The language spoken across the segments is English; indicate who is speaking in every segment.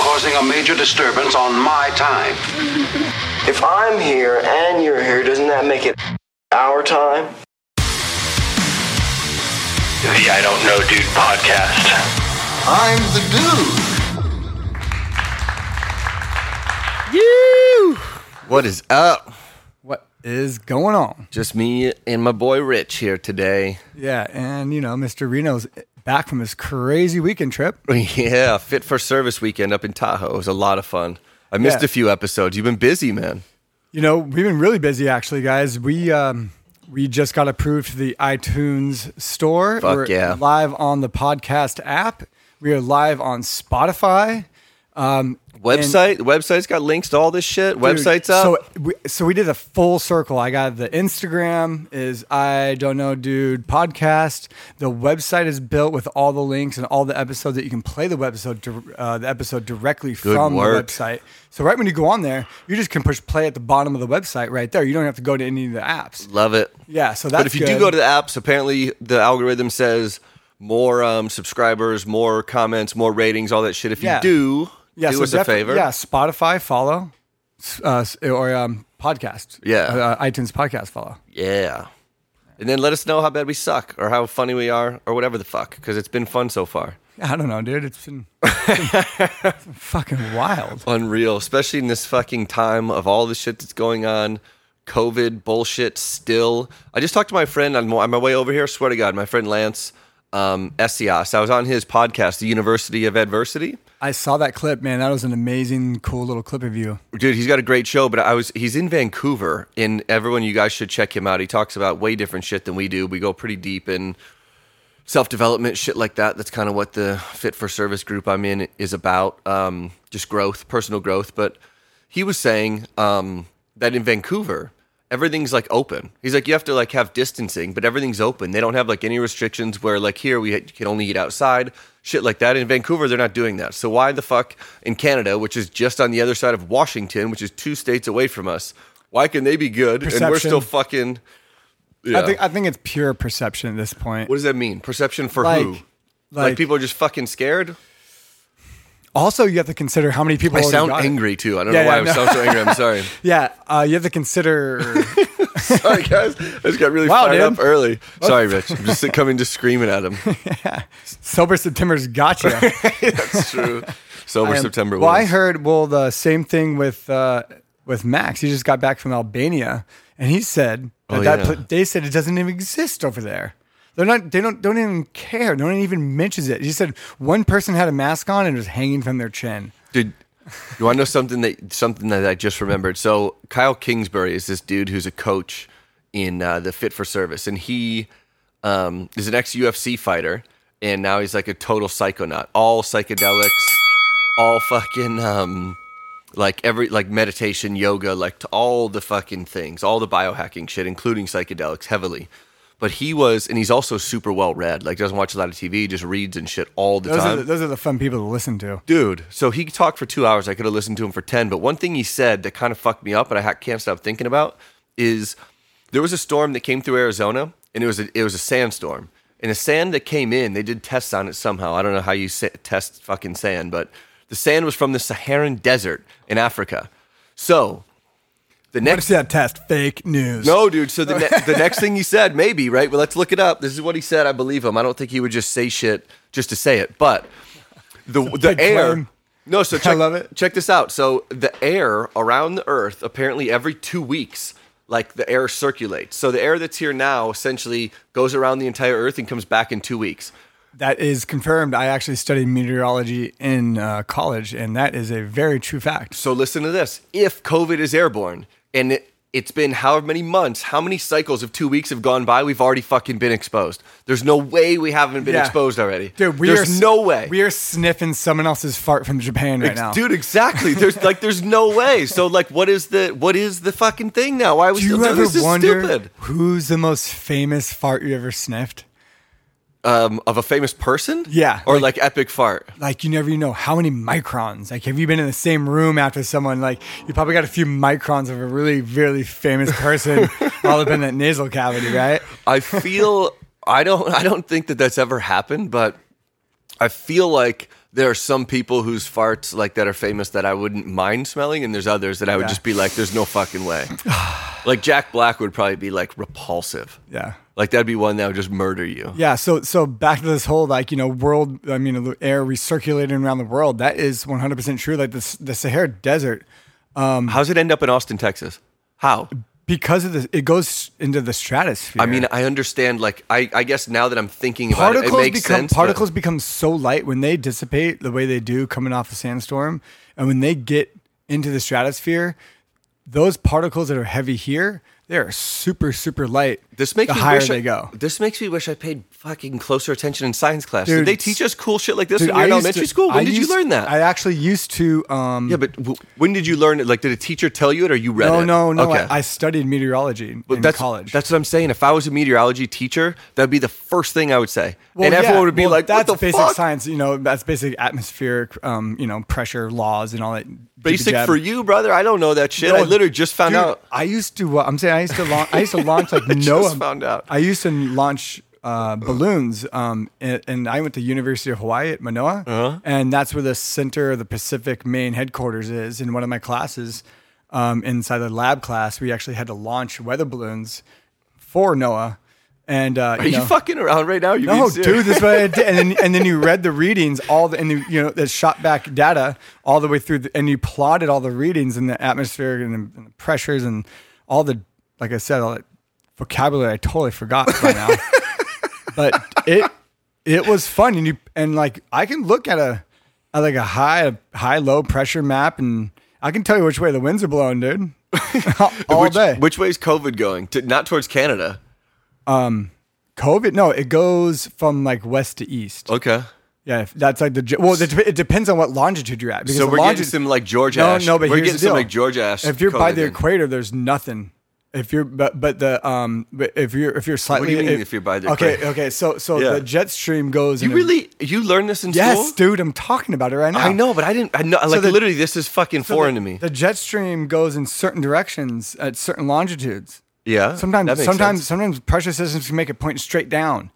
Speaker 1: causing a major disturbance on my time.
Speaker 2: If I'm here and you're here, doesn't that make it our time?
Speaker 3: The I Don't Know Dude podcast.
Speaker 4: I'm the dude.
Speaker 5: You.
Speaker 6: What is up?
Speaker 5: What is going on?
Speaker 6: Just me and my boy Rich here today.
Speaker 5: Yeah, and you know, Mr. Reno's back from his crazy weekend trip.
Speaker 6: Yeah, fit for service weekend up in Tahoe. It was a lot of fun. I missed
Speaker 5: Yeah.
Speaker 6: a few episodes. You've been busy, man.
Speaker 5: You know, we've been really busy actually, guys. We um we just got approved for the iTunes store.
Speaker 6: Fuck
Speaker 5: We're
Speaker 6: yeah.
Speaker 5: live on the podcast app. We are live on Spotify.
Speaker 6: Website, website's got links to all this shit.
Speaker 5: Dude,
Speaker 6: Website's up.
Speaker 5: So we, so we did a full circle. I got the Instagram is I don't know, dude podcast. The website is built with all the links and all the episodes that you can play the website dir- uh, the episode directly from
Speaker 6: work.
Speaker 5: the website. So right when you go on there, you just can push play at the bottom of the website right there. You don't have to go to any of the apps.
Speaker 6: Love it.
Speaker 5: Yeah, so that's
Speaker 6: But if you
Speaker 5: good.
Speaker 6: do go to the apps, apparently the algorithm says more um, subscribers, more comments, more ratings, all that shit. If
Speaker 5: Yeah.
Speaker 6: you do,
Speaker 5: yeah,
Speaker 6: do
Speaker 5: so
Speaker 6: us
Speaker 5: defi-
Speaker 6: a favor.
Speaker 5: Yeah, Spotify follow, s- uh, s- or um, podcast.
Speaker 6: Yeah.
Speaker 5: uh, iTunes podcast follow.
Speaker 6: Yeah. And then let us know how bad we suck or how funny we are or whatever the fuck, because it's been fun so far.
Speaker 5: I don't know, dude. It's been, it's been fucking wild.
Speaker 6: Unreal, especially in this fucking time of all the shit that's going on. COVID bullshit still. I just talked to my friend on, on my way over here. Swear to God, my friend Lance um, Essias. I was on his podcast, The University of Adversity.
Speaker 5: I saw that clip, man. That was an amazing, cool little clip of you.
Speaker 6: Dude, he's got a great show, but I was he's in Vancouver and everyone you guys should check him out. He talks about way different shit than we do. We go pretty deep in self-development shit like that. That's kind of what the fit for service group I'm in is about. Um just growth, personal growth, but he was saying um that in Vancouver everything's like open. He's like you have to like have distancing, but everything's open. They don't have like any restrictions where like here we can only eat outside, shit like that. In Vancouver they're not doing that. So why the fuck in Canada, which is just on the other side of Washington, which is two states away from us, why can they be good and we're
Speaker 5: Perception.
Speaker 6: still fucking yeah.
Speaker 5: I think I think it's pure perception at this point.
Speaker 6: what does that mean? Perception for
Speaker 5: Like-
Speaker 6: who?
Speaker 5: like-
Speaker 6: like people are just fucking scared?
Speaker 5: Also, you have to consider how many people.
Speaker 6: I
Speaker 5: already
Speaker 6: sound
Speaker 5: got it.
Speaker 6: angry too. I don't
Speaker 5: Yeah,
Speaker 6: know why
Speaker 5: yeah,
Speaker 6: I
Speaker 5: no.
Speaker 6: sound so angry. I'm sorry.
Speaker 5: Yeah, uh, you have to consider.
Speaker 6: sorry, guys. I just got really
Speaker 5: Wow,
Speaker 6: fired
Speaker 5: dude.
Speaker 6: up early. Sorry, Rich. I'm just coming to screaming at him.
Speaker 5: Sober September's got you.
Speaker 6: That's true. Sober September.
Speaker 5: Well, I
Speaker 6: was.
Speaker 5: heard. Well, the same thing with uh, with Max. He just got back from Albania, and he said that,
Speaker 6: Oh,
Speaker 5: that
Speaker 6: yeah.
Speaker 5: pla- they said it doesn't even exist over there. They're not. They don't. Don't even care. No one even mentions it. He said one person had a mask on and it was hanging from their chin.
Speaker 6: Dude, you want to know something that something that I just remembered? So Kyle Kingsbury is this dude who's a coach in uh, the Fit for Service, and he um, is an ex UFC fighter, and now he's like a total psychonaut, all psychedelics, all fucking um, like every like meditation, yoga, like to all the fucking things, all the biohacking shit, including psychedelics, heavily. But he was, and he's also super well read. Like doesn't watch a lot of TV, just reads and shit all the
Speaker 5: Those
Speaker 6: time
Speaker 5: are the, those are the fun people to listen to.
Speaker 6: dude. So he talked for two hours. I could have listened to him for 10. But one thing he said that kind of fucked me up and I ha- can't stop thinking about is there was a storm that came through Arizona and it was a, it was a sandstorm. And the sand that came in, they did tests on it somehow. I don't know how you sa- test fucking sand, but the sand was from the Saharan desert in Africa. So the
Speaker 5: What is
Speaker 6: next
Speaker 5: that test? Fake news.
Speaker 6: no, dude. So the, ne- the next thing he said, maybe, right? Well, let's look it up. This is what he said. I believe him. I don't think he would just say shit just to say it. But the the
Speaker 5: big
Speaker 6: air.
Speaker 5: claim.
Speaker 6: No, so
Speaker 5: I
Speaker 6: check,
Speaker 5: love it.
Speaker 6: Check this out. So the air around the Earth, apparently, every two weeks, like the air circulates. So the air that's here now essentially goes around the entire Earth and comes back in two weeks.
Speaker 5: That is confirmed. I actually studied meteorology in uh, college, and that is a very true fact.
Speaker 6: So listen to this. If COVID is airborne and it, it's been however many months, how many cycles of two weeks have gone by, we've already fucking been exposed. There's no way we haven't been
Speaker 5: Yeah.
Speaker 6: exposed already.
Speaker 5: Dude, we
Speaker 6: There's
Speaker 5: are, s-
Speaker 6: no way.
Speaker 5: We are sniffing someone else's fart from Japan right
Speaker 6: Ex-
Speaker 5: now.
Speaker 6: Dude, exactly. There's like there's no way. So like what is the what is the fucking thing now? Why was
Speaker 5: Do you ever
Speaker 6: this is
Speaker 5: wonder
Speaker 6: stupid?
Speaker 5: who's the most famous fart you ever sniffed?
Speaker 6: Um, of a famous person?
Speaker 5: Yeah,
Speaker 6: Or like, epic fart.
Speaker 5: Like you never even know how many microns. Like have you been in the same room after someone? Like you probably got a few microns of a really, really famous person all up in that nasal cavity, right?
Speaker 6: I feel I don't I don't think that that's ever happened, but I feel like there are some people whose farts like that are famous that I wouldn't mind smelling, and there's others that I would
Speaker 5: Yeah.
Speaker 6: just be like, "There's no fucking way." like Jack Black would probably be like repulsive.
Speaker 5: Yeah.
Speaker 6: Like that'd be one that would just murder you.
Speaker 5: Yeah, so so back to this whole like you know world. I mean, the air recirculating around the world. That is one hundred percent true. Like the the Sahara Desert,
Speaker 6: How's it end up in Austin, Texas? How?
Speaker 5: because of the it goes into the stratosphere.
Speaker 6: I mean, I understand. Like, I, I guess now that I'm thinking about it, it
Speaker 5: particles
Speaker 6: makes
Speaker 5: become
Speaker 6: sense. but-
Speaker 5: particles become so light when they dissipate the way they do coming off a sandstorm, and when they get into the stratosphere, those particles that are heavy here, they are super super light.
Speaker 6: This makes
Speaker 5: the
Speaker 6: me
Speaker 5: higher
Speaker 6: wish
Speaker 5: they
Speaker 6: I,
Speaker 5: go.
Speaker 6: This makes me wish I paid fucking closer attention in science class.
Speaker 5: Dude,
Speaker 6: Did they teach us cool shit like this
Speaker 5: Dude,
Speaker 6: in your
Speaker 5: used
Speaker 6: elementary
Speaker 5: to-
Speaker 6: school? When
Speaker 5: I
Speaker 6: did
Speaker 5: used-
Speaker 6: you learn that?
Speaker 5: I actually used to. Um,
Speaker 6: yeah, but w- when did you learn it? Like, did a teacher tell you it, or you read
Speaker 5: no,
Speaker 6: it?
Speaker 5: no, no.
Speaker 6: Okay.
Speaker 5: I, I studied meteorology
Speaker 6: But
Speaker 5: in
Speaker 6: that's,
Speaker 5: college.
Speaker 6: That's what I'm saying. If I was a meteorology teacher, that'd be the first thing I would say,
Speaker 5: Well,
Speaker 6: and everyone
Speaker 5: yeah,
Speaker 6: would be
Speaker 5: well,
Speaker 6: like,
Speaker 5: "That's
Speaker 6: "What the
Speaker 5: basic
Speaker 6: fuck?"
Speaker 5: science, you know. That's basic atmospheric, um, you know, pressure laws and all that."
Speaker 6: Basic
Speaker 5: jibby-jab.
Speaker 6: for you, brother. I don't know that shit. I
Speaker 5: No,
Speaker 6: literally just found
Speaker 5: dude,
Speaker 6: out.
Speaker 5: I used to. Uh, I'm saying I used to launch. I used to launch like Noah.
Speaker 6: found out.
Speaker 5: I used to launch uh, balloons, um, and, and I went to University of Hawaii at Manoa,
Speaker 6: Uh-huh.
Speaker 5: and that's where the center of the Pacific main headquarters is. In one of my classes, um, inside the lab class, we actually had to launch weather balloons for NOAA. And uh,
Speaker 6: Are you,
Speaker 5: know-
Speaker 6: fucking around right now? You
Speaker 5: no,
Speaker 6: being serious?
Speaker 5: dude, this is what I did. And then, and then you read the readings, all the, and you, you know, that shot back data all the way through, the, and you plotted all the readings and the atmospheric and the, and the pressures and all the, like I said, all that vocabulary I totally forgot by now. but it, it was fun. And you, and like, I can look at a, at like a high, high, low pressure map and I can tell you which way the winds are blowing, dude. all
Speaker 6: which,
Speaker 5: day.
Speaker 6: Which way is COVID going? To, not towards Canada.
Speaker 5: COVID? No, it goes from like west to east.
Speaker 6: Okay.
Speaker 5: Yeah, if that's like the ge- well. It, dep- it depends on what longitude you're at. Because
Speaker 6: So
Speaker 5: the
Speaker 6: we're getting
Speaker 5: longi-
Speaker 6: some, like, George
Speaker 5: No,
Speaker 6: Ash.
Speaker 5: no, but
Speaker 6: We're
Speaker 5: here's
Speaker 6: getting
Speaker 5: the
Speaker 6: some,
Speaker 5: deal.
Speaker 6: like, George Ash
Speaker 5: If you're by
Speaker 6: COVID
Speaker 5: the
Speaker 6: then.
Speaker 5: equator, there's nothing. If you're but but the um but if you're if you're slightly
Speaker 6: mean if you're by the
Speaker 5: okay
Speaker 6: equator?
Speaker 5: okay so so
Speaker 6: Yeah.
Speaker 5: the jet stream goes
Speaker 6: You
Speaker 5: in a-
Speaker 6: really you learned this in
Speaker 5: yes
Speaker 6: school?
Speaker 5: dude I'm talking about it right now
Speaker 6: I know, but I didn't. I know. Like
Speaker 5: the-
Speaker 6: literally, this is fucking
Speaker 5: So
Speaker 6: foreign
Speaker 5: the,
Speaker 6: to me.
Speaker 5: The jet stream goes in certain directions at certain longitudes.
Speaker 6: yeah. that
Speaker 5: Sometimes,
Speaker 6: makes
Speaker 5: sometimes,
Speaker 6: sense.
Speaker 5: sometimes pressure systems can make it point straight down.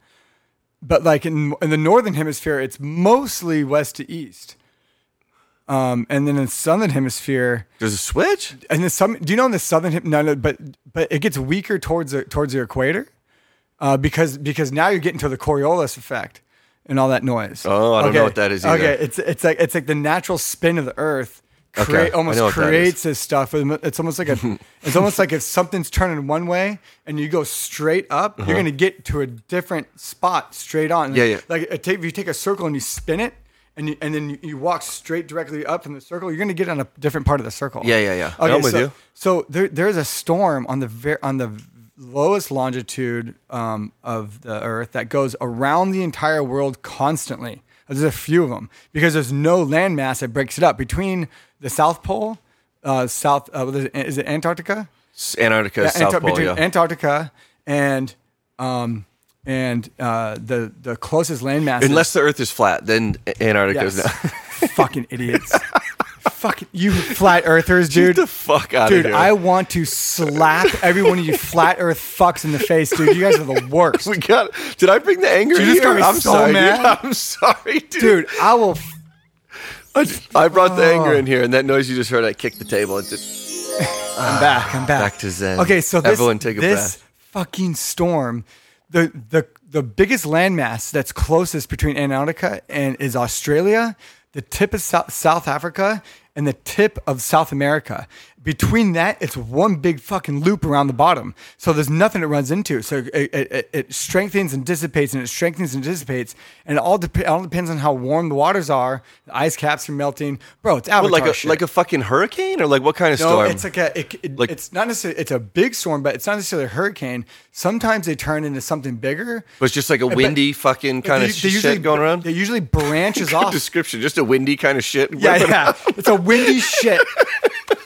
Speaker 5: But like in, in the northern hemisphere, it's mostly west to east. Um, and then in the southern hemisphere,
Speaker 6: there's a switch.
Speaker 5: and the some do you know in the southern hem- no, no, but but it gets weaker towards the towards the equator, uh, because because now you're getting to the Coriolis effect and all that noise.
Speaker 6: Oh, I don't know what that is either.
Speaker 5: Okay, it's it's like it's like the natural spin of the Earth.
Speaker 6: Okay,
Speaker 5: Create,
Speaker 6: I know
Speaker 5: almost
Speaker 6: what that is.
Speaker 5: creates this stuff. It's almost like a, it's almost like if something's turning one way and you go straight up, you're gonna get to a different spot straight on.
Speaker 6: Uh-huh. Yeah, yeah.
Speaker 5: Like it take, if you take a circle and you spin it, and you, and then you, you walk straight directly up from the circle, you're gonna get on a different part of the circle.
Speaker 6: Yeah, yeah, yeah. I'm with
Speaker 5: so,
Speaker 6: you.
Speaker 5: So there, there's a storm on the ver- on the lowest longitude um, of the Earth that goes around the entire world constantly. There's a few of them because there's no landmass that breaks it up between the South Pole, uh, South uh, what is it- is it Antarctica?
Speaker 6: It's Antarctica,
Speaker 5: Yeah,
Speaker 6: South
Speaker 5: Antar-
Speaker 6: Pole.
Speaker 5: between
Speaker 6: Yeah.
Speaker 5: Antarctica and um, and uh, the the closest landmass. is-
Speaker 6: Unless the Earth is flat, then A- Antarctica is
Speaker 5: Yes.
Speaker 6: not.
Speaker 5: fucking idiots. fucking you flat earthers, dude.
Speaker 6: Get the fuck out
Speaker 5: Dude,
Speaker 6: of here.
Speaker 5: I want to slap every one of you flat earth fucks in the face, dude. You guys are the worst.
Speaker 6: we got. Did I bring the anger
Speaker 5: Dude,
Speaker 6: in
Speaker 5: this got
Speaker 6: here?
Speaker 5: me
Speaker 6: I'm
Speaker 5: so
Speaker 6: sorry,
Speaker 5: mad.
Speaker 6: dude. I'm sorry, dude.
Speaker 5: Dude, I will. f-
Speaker 6: I, I brought the anger in here, and that noise you just heard, I kicked the table. It just,
Speaker 5: I'm back. I'm Ah, back.
Speaker 6: Back to zen.
Speaker 5: Okay, so this,
Speaker 6: Everyone take a
Speaker 5: this
Speaker 6: breath.
Speaker 5: fucking storm, the the the biggest landmass that's closest between Antarctica and is Australia, the tip of South, South Africa, and the tip of South America. Between that, it's one big fucking loop around the bottom. So there's nothing it runs into. So it, it- it, it strengthens and dissipates, and it strengthens and dissipates, and it all, dep- it all depends on how warm the waters are. The ice caps are melting, bro. It's
Speaker 6: What,
Speaker 5: avatar
Speaker 6: like a
Speaker 5: shit.
Speaker 6: like a fucking hurricane, or like what kind of
Speaker 5: No,
Speaker 6: storm?
Speaker 5: it's like a. It, it-
Speaker 6: Like-
Speaker 5: it's not necessarily. It's a big storm, but it's not necessarily a hurricane. Sometimes they turn into something bigger.
Speaker 6: But it's just like a
Speaker 5: But-
Speaker 6: windy fucking
Speaker 5: but
Speaker 6: kind
Speaker 5: they-
Speaker 6: of
Speaker 5: they
Speaker 6: shit
Speaker 5: usually-
Speaker 6: going around.
Speaker 5: They usually branches
Speaker 6: Good
Speaker 5: off.
Speaker 6: description, just a windy kind of shit.
Speaker 5: Yeah, yeah. It's a windy shit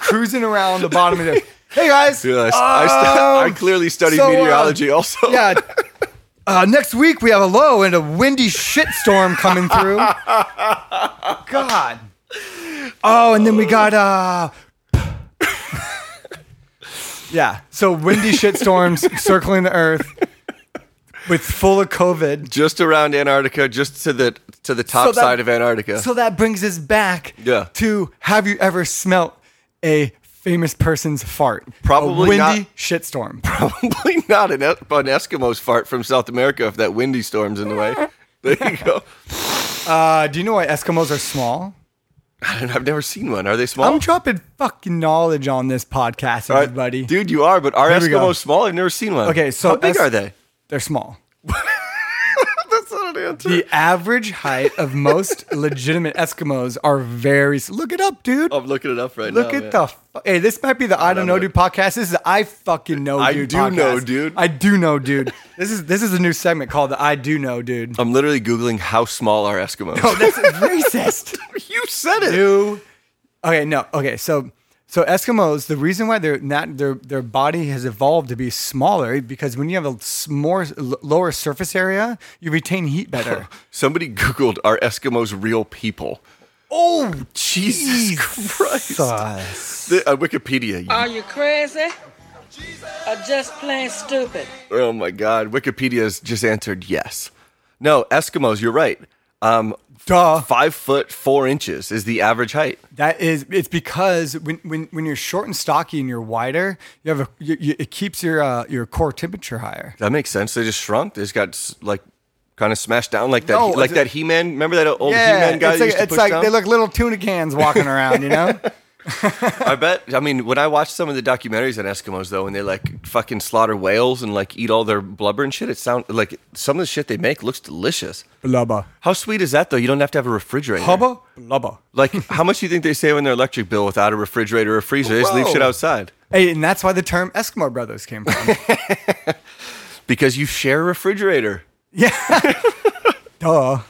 Speaker 5: cruising around the bottom of the. Hey guys.
Speaker 6: Dude, I, I stu- I
Speaker 5: um,
Speaker 6: clearly studied
Speaker 5: so, uh,
Speaker 6: meteorology also.
Speaker 5: Yeah. Uh, next week we have a low and a windy shit storm coming through. God. Oh, and then we got uh Yeah. So windy shit storms circling the earth with full of COVID.
Speaker 6: Just around Antarctica, just to the to the top
Speaker 5: that-
Speaker 6: side of Antarctica.
Speaker 5: So that brings us back
Speaker 6: Yeah.
Speaker 5: to have you ever smelt a famous person's fart?
Speaker 6: Probably
Speaker 5: a windy
Speaker 6: not.
Speaker 5: shitstorm.
Speaker 6: Probably not an, an Eskimo's fart from South America if that windy storm's in the way. There you go.
Speaker 5: Uh, do you know why Eskimos are small?
Speaker 6: I don't, I've never seen one. Are they small?
Speaker 5: I'm dropping fucking knowledge on this podcast,
Speaker 6: All right.
Speaker 5: everybody.
Speaker 6: Dude, you are, but are
Speaker 5: Here we go.
Speaker 6: Eskimos small? I've never seen one.
Speaker 5: Okay, so
Speaker 6: how big
Speaker 5: Es-
Speaker 6: are they?
Speaker 5: They're small.
Speaker 6: That's not an answer.
Speaker 5: The average height of most legitimate Eskimos are very. s- Look it up, dude.
Speaker 6: I'm looking Oh, it up right
Speaker 5: Look
Speaker 6: now.
Speaker 5: at the. Fu- hey, this might be the I don't know, dude podcast. This is the I fucking know,
Speaker 6: I
Speaker 5: dude.
Speaker 6: do know,
Speaker 5: podcast.
Speaker 6: dude.
Speaker 5: I do know, dude. this is this is a new segment called the I do know, dude.
Speaker 6: I'm literally googling how small are Eskimos.
Speaker 5: Oh, that's racist.
Speaker 6: you said it.
Speaker 5: You. Okay, no. Okay, so so Eskimos. The reason why they're not their their body has evolved to be smaller because when you have a s- more l- lower surface area, you retain heat better.
Speaker 6: Somebody googled are Eskimos real people?
Speaker 5: oh,
Speaker 6: Jesus Christ.
Speaker 5: Jesus.
Speaker 6: The- uh, Wikipedia. you-
Speaker 7: Are you crazy? Or just plain stupid?
Speaker 6: oh my God. Wikipedia's just answered yes. No, Eskimos, you're right. Um,
Speaker 5: Duh.
Speaker 6: Five foot four inches is the average height.
Speaker 5: That is, it's because when, when, when you're short and stocky and you're wider, you have a you, you, it keeps your uh, your core temperature higher.
Speaker 6: That makes sense. They just shrunk. They just got s- like kind of smashed down like that.
Speaker 5: No,
Speaker 6: like
Speaker 5: it's-
Speaker 6: that He Man. Remember that old He Man guy?
Speaker 5: it's
Speaker 6: that
Speaker 5: like,
Speaker 6: used to
Speaker 5: it's
Speaker 6: push
Speaker 5: like
Speaker 6: down?
Speaker 5: they look little tuna cans walking around, you know.
Speaker 6: I bet. I mean, when I watch some of the documentaries on Eskimos, though, when they like fucking slaughter whales and like eat all their blubber and shit, it sounds like some of the shit they make looks delicious.
Speaker 5: Blubber,
Speaker 6: How sweet is that, though? You don't have to have a refrigerator.
Speaker 5: hubba, blubber.
Speaker 6: Like, how much do you think they save on their electric bill without a refrigerator or freezer? They just leave
Speaker 5: Whoa.
Speaker 6: shit outside
Speaker 5: Hey, and that's why the term Eskimo brothers came from.
Speaker 6: because you share a refrigerator.
Speaker 5: Duh,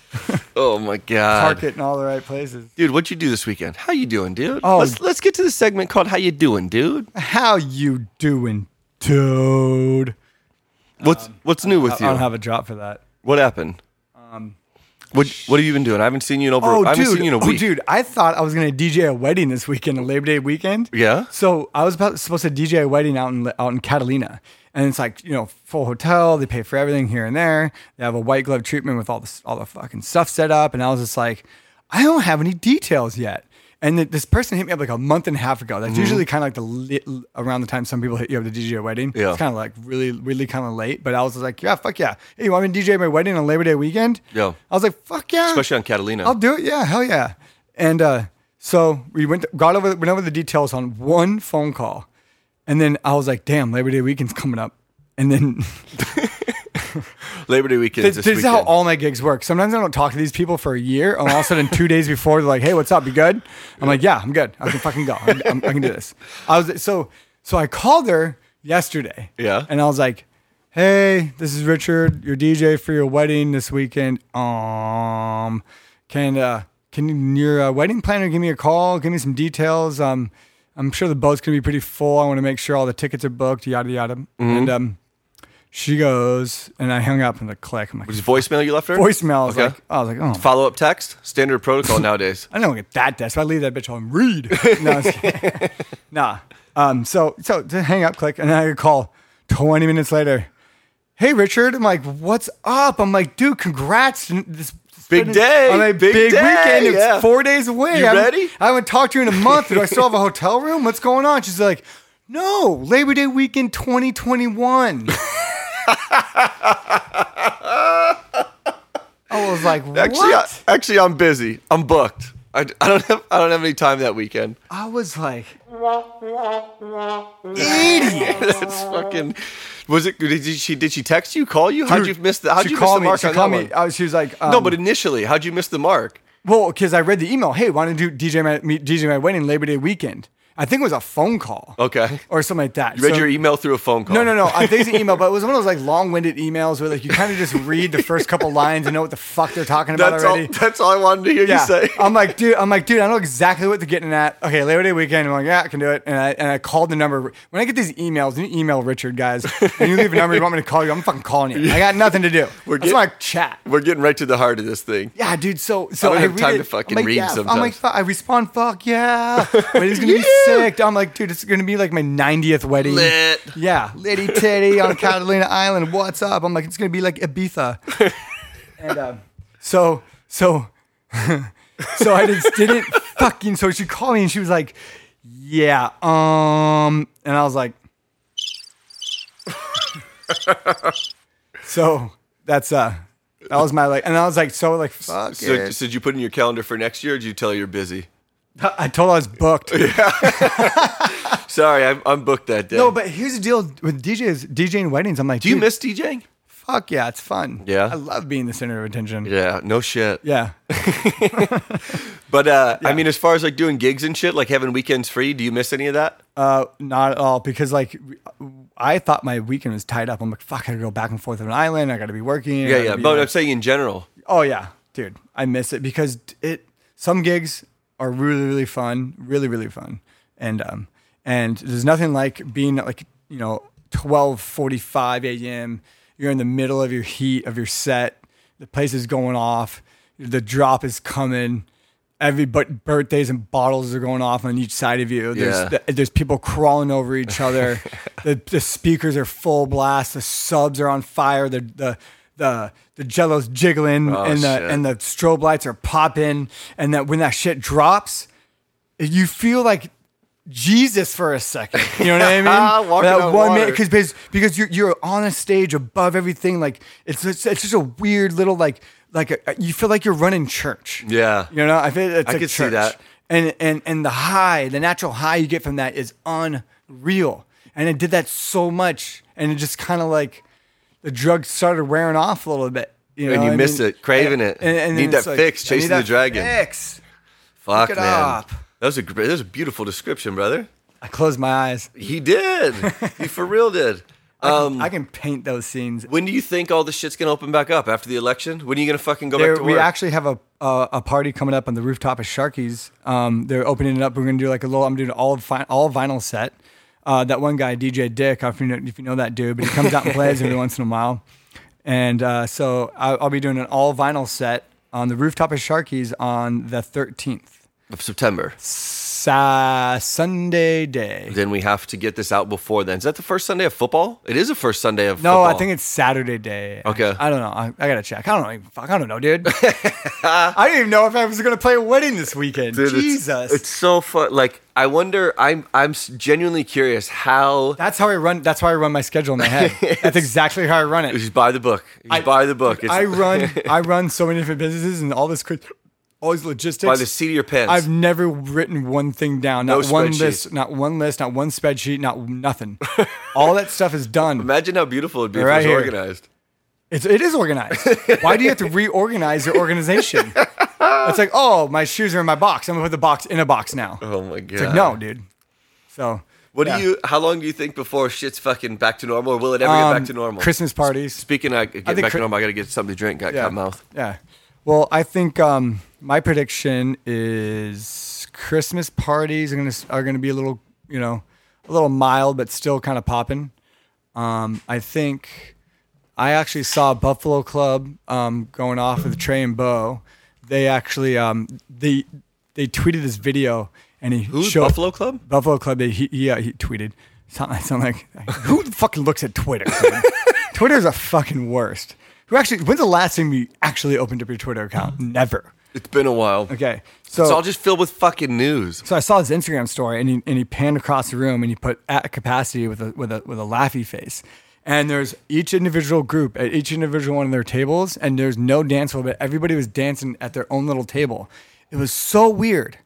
Speaker 6: Oh my god,
Speaker 5: park it in all the right places.
Speaker 6: dude! What'd you do this weekend? How you doing, dude?
Speaker 5: Oh.
Speaker 6: let's let's get to the segment called "How You Doing, Dude."
Speaker 5: How you doing, dude?
Speaker 6: What's what's new with you?
Speaker 5: I don't have a drop for that.
Speaker 6: what happened? Um, what what have you been doing? I haven't seen you in over. I haven't seen you in a
Speaker 5: oh,
Speaker 6: week.
Speaker 5: dude, I thought I was gonna DJ a wedding this weekend, a Labor Day weekend.
Speaker 6: Yeah?
Speaker 5: So I was about, supposed to DJ a wedding out in out in Catalina, and it's like you know full hotel. They pay for everything here and there. They have a white glove treatment with all the all the fucking stuff set up, and I was just like, I don't have any details yet. And th- this person hit me up like a month and a half ago. That's
Speaker 6: Mm-hmm.
Speaker 5: usually kind of like the li- around the time some people hit you up to DJ a wedding.
Speaker 6: Yeah.
Speaker 5: It's kind of like really, really kind of late. But I was like, yeah, fuck yeah. Hey, you want me to DJ my wedding on Labor Day weekend?
Speaker 6: Yeah.
Speaker 5: I was like, fuck yeah.
Speaker 6: Especially on Catalina.
Speaker 5: I'll do it. Yeah, hell yeah. And uh, so we went, got over, went over the details on one phone call, and then I was like, "Damn, Labor Day weekend's coming up." And then
Speaker 6: Labor Day weekend.
Speaker 5: this,
Speaker 6: this
Speaker 5: this is how
Speaker 6: weekend.
Speaker 5: all my gigs work. Sometimes I don't talk to these people for a year, and all of a sudden, two days before, they're like, "Hey, what's up? You good?" I'm like, "Yeah, I'm good. I can fucking go. I'm, I'm, I can do this." I was so so. I called her yesterday.
Speaker 6: Yeah.
Speaker 5: and I was like. Hey, this is Richard, your DJ for your wedding this weekend. Um, can uh, can your uh, wedding planner give me a call? Give me some details. Um, I'm sure the boat's gonna be pretty full. I want to make sure all the tickets are booked. Yada yada.
Speaker 6: Mm-hmm.
Speaker 5: And um, she goes, and I hung up in the click. I'm like,
Speaker 6: Was it voicemail uh, you left her?
Speaker 5: voicemail. I was
Speaker 6: Okay.
Speaker 5: like, I was like, oh,
Speaker 6: Follow up text, standard protocol nowadays.
Speaker 5: I don't get that desperate. I leave that bitch home. Read. No, I'm just kidding. nah. Um. So so to hang up, click, and then I could call. Twenty minutes later, hey Richard, I'm like, what's up? I'm like, dude, congrats. N- This this
Speaker 6: Big
Speaker 5: been-
Speaker 6: day.
Speaker 5: On a
Speaker 6: Big
Speaker 5: big,
Speaker 6: day.
Speaker 5: weekend. It's
Speaker 6: Yeah.
Speaker 5: four days away.
Speaker 6: You
Speaker 5: I haven't-
Speaker 6: ready?
Speaker 5: I haven't talked to you in a month. Do I still have a hotel room? What's going on? She's like, no, Labor Day weekend 2021. I was like, what?
Speaker 6: Actually, I, actually, I'm busy. I'm booked. I, I don't have I don't have any time that weekend.
Speaker 5: I was like,
Speaker 6: That's fucking. Was it? Did she did she text you? Call you? How'd you miss the? How'd
Speaker 5: she
Speaker 6: you miss
Speaker 5: called
Speaker 6: the
Speaker 5: me,
Speaker 6: mark
Speaker 5: she
Speaker 6: on
Speaker 5: called
Speaker 6: that
Speaker 5: me.
Speaker 6: one?
Speaker 5: I was- she was like, um,
Speaker 6: no, but initially, how'd you miss the mark?
Speaker 5: well, because I read the email. Hey, why don't you DJ my me, DJ my wedding Labor Day weekend? I think it was a phone call.
Speaker 6: Okay.
Speaker 5: Or something like that.
Speaker 6: You read
Speaker 5: So-
Speaker 6: your email through a phone call.
Speaker 5: No, no, no. I think it's an email, but it was one of those like long-winded emails where like you kind of just read the first couple lines and know what the fuck they're talking about
Speaker 6: That's all.
Speaker 5: already.
Speaker 6: That's all I wanted to hear you say.
Speaker 5: I'm like, dude, I'm like, dude, I know exactly what they're getting at. Okay, Labor Day weekend. I'm like, yeah, I can do it. And I, and I called the number. When I get these emails, and you email Richard, guys, and you leave a number you want me to call you, I'm fucking calling you. I got nothing to do.
Speaker 6: We're
Speaker 5: That's
Speaker 6: get-
Speaker 5: why I chat.
Speaker 6: We're getting right to the heart of this thing.
Speaker 5: Yeah, dude. So, so
Speaker 6: I don't have
Speaker 5: read
Speaker 6: time
Speaker 5: it.
Speaker 6: to fucking
Speaker 5: I'm like,
Speaker 6: read
Speaker 5: yeah. I'm like,
Speaker 6: sometimes.
Speaker 5: fu- I respond, fuck yeah, but it's gonna be sick. I'm like, dude, it's gonna be like my 90th wedding.
Speaker 6: Lit.
Speaker 5: Yeah, litty titty on Catalina Island. What's up? I'm like, it's gonna be like Ibiza. and um, so, So, so I just didn't fucking. So she called me and she was like, "Yeah, um," and I was like, "So that's uh." That was my like, and I was like, so like, fuck
Speaker 6: So,
Speaker 5: it.
Speaker 6: so did you put in your calendar for next year, or did you tell her you're busy?
Speaker 5: I told her I was booked.
Speaker 6: Sorry, I'm, I'm booked that day.
Speaker 5: No, but here's the deal with DJs, DJing weddings. I'm like,
Speaker 6: do you
Speaker 5: dude,
Speaker 6: miss DJing?
Speaker 5: Fuck yeah, it's fun.
Speaker 6: Yeah?
Speaker 5: I love being the center of attention.
Speaker 6: Yeah, no shit.
Speaker 5: Yeah.
Speaker 6: But uh, I mean, as far as like doing gigs and shit, like having weekends free, do you miss any of that?
Speaker 5: Uh, not at all because like I thought my weekend was tied up. I'm like, fuck, I gotta go back and forth on an island. I gotta be working. I
Speaker 6: yeah,
Speaker 5: gotta
Speaker 6: yeah.
Speaker 5: be,
Speaker 6: But
Speaker 5: like-
Speaker 6: I'm saying in general.
Speaker 5: oh yeah, dude, I miss it because it some gigs are really really fun, really really fun, and um and there's nothing like being at like you know 12:45 a.m. You're in the middle of your heat of your set. The place is going off. The drop is coming. Every but birthdays and bottles are going off on each side of you. There's
Speaker 6: Yeah.
Speaker 5: the, there's people crawling over each other. the, the speakers are full blast. The subs are on fire. The the the the jello's jiggling and the
Speaker 6: Oh, shit.
Speaker 5: and the strobe lights are popping. And that when that shit drops, you feel like Jesus for a second. You know what I mean?
Speaker 6: Walking
Speaker 5: that
Speaker 6: on
Speaker 5: one
Speaker 6: water.
Speaker 5: minute because because because you're you're on a stage above everything. Like it's it's, it's just a weird little like like a, you feel like you're running church.
Speaker 6: Yeah.
Speaker 5: you know I feel uh, it's
Speaker 6: I
Speaker 5: like
Speaker 6: could see
Speaker 5: church.
Speaker 6: that.
Speaker 5: And and and the high, the natural high you get from that is unreal. And it did that so much, and it just kind of like the drug started wearing off a little bit. You know,
Speaker 6: And you
Speaker 5: what I
Speaker 6: miss
Speaker 5: mean?
Speaker 6: it, craving it. Need
Speaker 5: then it's
Speaker 6: that fix,
Speaker 5: I need
Speaker 6: chasing the
Speaker 5: that
Speaker 6: dragon.
Speaker 5: Fix.
Speaker 6: Fuck,
Speaker 5: it
Speaker 6: man.
Speaker 5: up.
Speaker 6: That was a gr- that was a beautiful description, brother.
Speaker 5: I closed my eyes.
Speaker 6: He did. he for real did. Um,
Speaker 5: I can paint those scenes
Speaker 6: when do you think all this shit's gonna open back up after the election? When are you gonna fucking go
Speaker 5: There-
Speaker 6: back to
Speaker 5: we
Speaker 6: work?
Speaker 5: actually have a uh, a party coming up on the rooftop of Sharky's. Um, they're opening it up. We're gonna do like a little. I'm doing all vi- all vinyl set. Uh, that one guy, DJ Dick, I don't know if you, know, if you know that dude, but he comes out and plays every once in a while. And uh, so I, I'll be doing an all vinyl set on the rooftop of Sharky's on the 13th,
Speaker 6: of September.
Speaker 5: Sa- Sunday day.
Speaker 6: Then we have to get this out before then. Is that the first Sunday of football? It is the first Sunday of
Speaker 5: No,
Speaker 6: football.
Speaker 5: I think it's Saturday day.
Speaker 6: Okay.
Speaker 5: I don't know. I, I gotta check. I don't know. even- Fuck, I don't know, dude. I didn't even know if I was gonna play a wedding this weekend.
Speaker 6: Dude, it's-
Speaker 5: Jesus.
Speaker 6: It's, so fun. Like I wonder. I'm I'm s- genuinely curious how.
Speaker 5: That's how I run. That's how I run my schedule in my head. that's exactly how I run it.
Speaker 6: Just buy the book. Just
Speaker 5: I-
Speaker 6: buy the book.
Speaker 5: I run. I run so many different businesses and all this, cra- all these logistics.
Speaker 6: by the seat of your pants.
Speaker 5: I've never written one thing down.
Speaker 6: No
Speaker 5: Not one
Speaker 6: spreadsheet.
Speaker 5: list. Not one list. Not one spreadsheet. Not nothing. all that stuff is done.
Speaker 6: Imagine how beautiful it'd be
Speaker 5: Right
Speaker 6: if it
Speaker 5: here.
Speaker 6: was organized.
Speaker 5: It's, it is organized. Why do you have to reorganize your organization? It's like, oh, my shoes are in my box. I'm gonna put the box in a box now.
Speaker 6: Oh my god.
Speaker 5: It's like, no, dude. So.
Speaker 6: What
Speaker 5: yeah.
Speaker 6: do you? How long do you think before shit's fucking back to normal? Or will it ever get back
Speaker 5: Um,
Speaker 6: to normal?
Speaker 5: Christmas parties.
Speaker 6: Speaking of getting
Speaker 5: think
Speaker 6: back to
Speaker 5: Chri-
Speaker 6: normal, I gotta get something to drink. Got cut mouth.
Speaker 5: Yeah. Well, I think um, my prediction is Christmas parties are gonna are gonna be a little you know a little mild, but still kind of popping. Um, I think I actually saw Buffalo Club um, going off with Trey and Bo. They actually um, they they tweeted this video and he
Speaker 6: Who's
Speaker 5: showed
Speaker 6: Buffalo Club?
Speaker 5: Buffalo Club. They, he, he, uh, he tweeted. Sound, I sound like who the fucking looks at Twitter? man? Twitter's a fucking worst. Who actually? When's the last time you actually opened up your Twitter account? Never.
Speaker 6: It's been a while.
Speaker 5: Okay,
Speaker 6: Mm-hmm.
Speaker 5: so
Speaker 6: It's all just filled with fucking news.
Speaker 5: so I saw his Instagram story, and he and he panned across the room, and he put at capacity with a with a with a laughy face. And there's each individual group at each individual one of their tables, and there's no dance floor, but everybody was dancing at their own little table. It was so weird,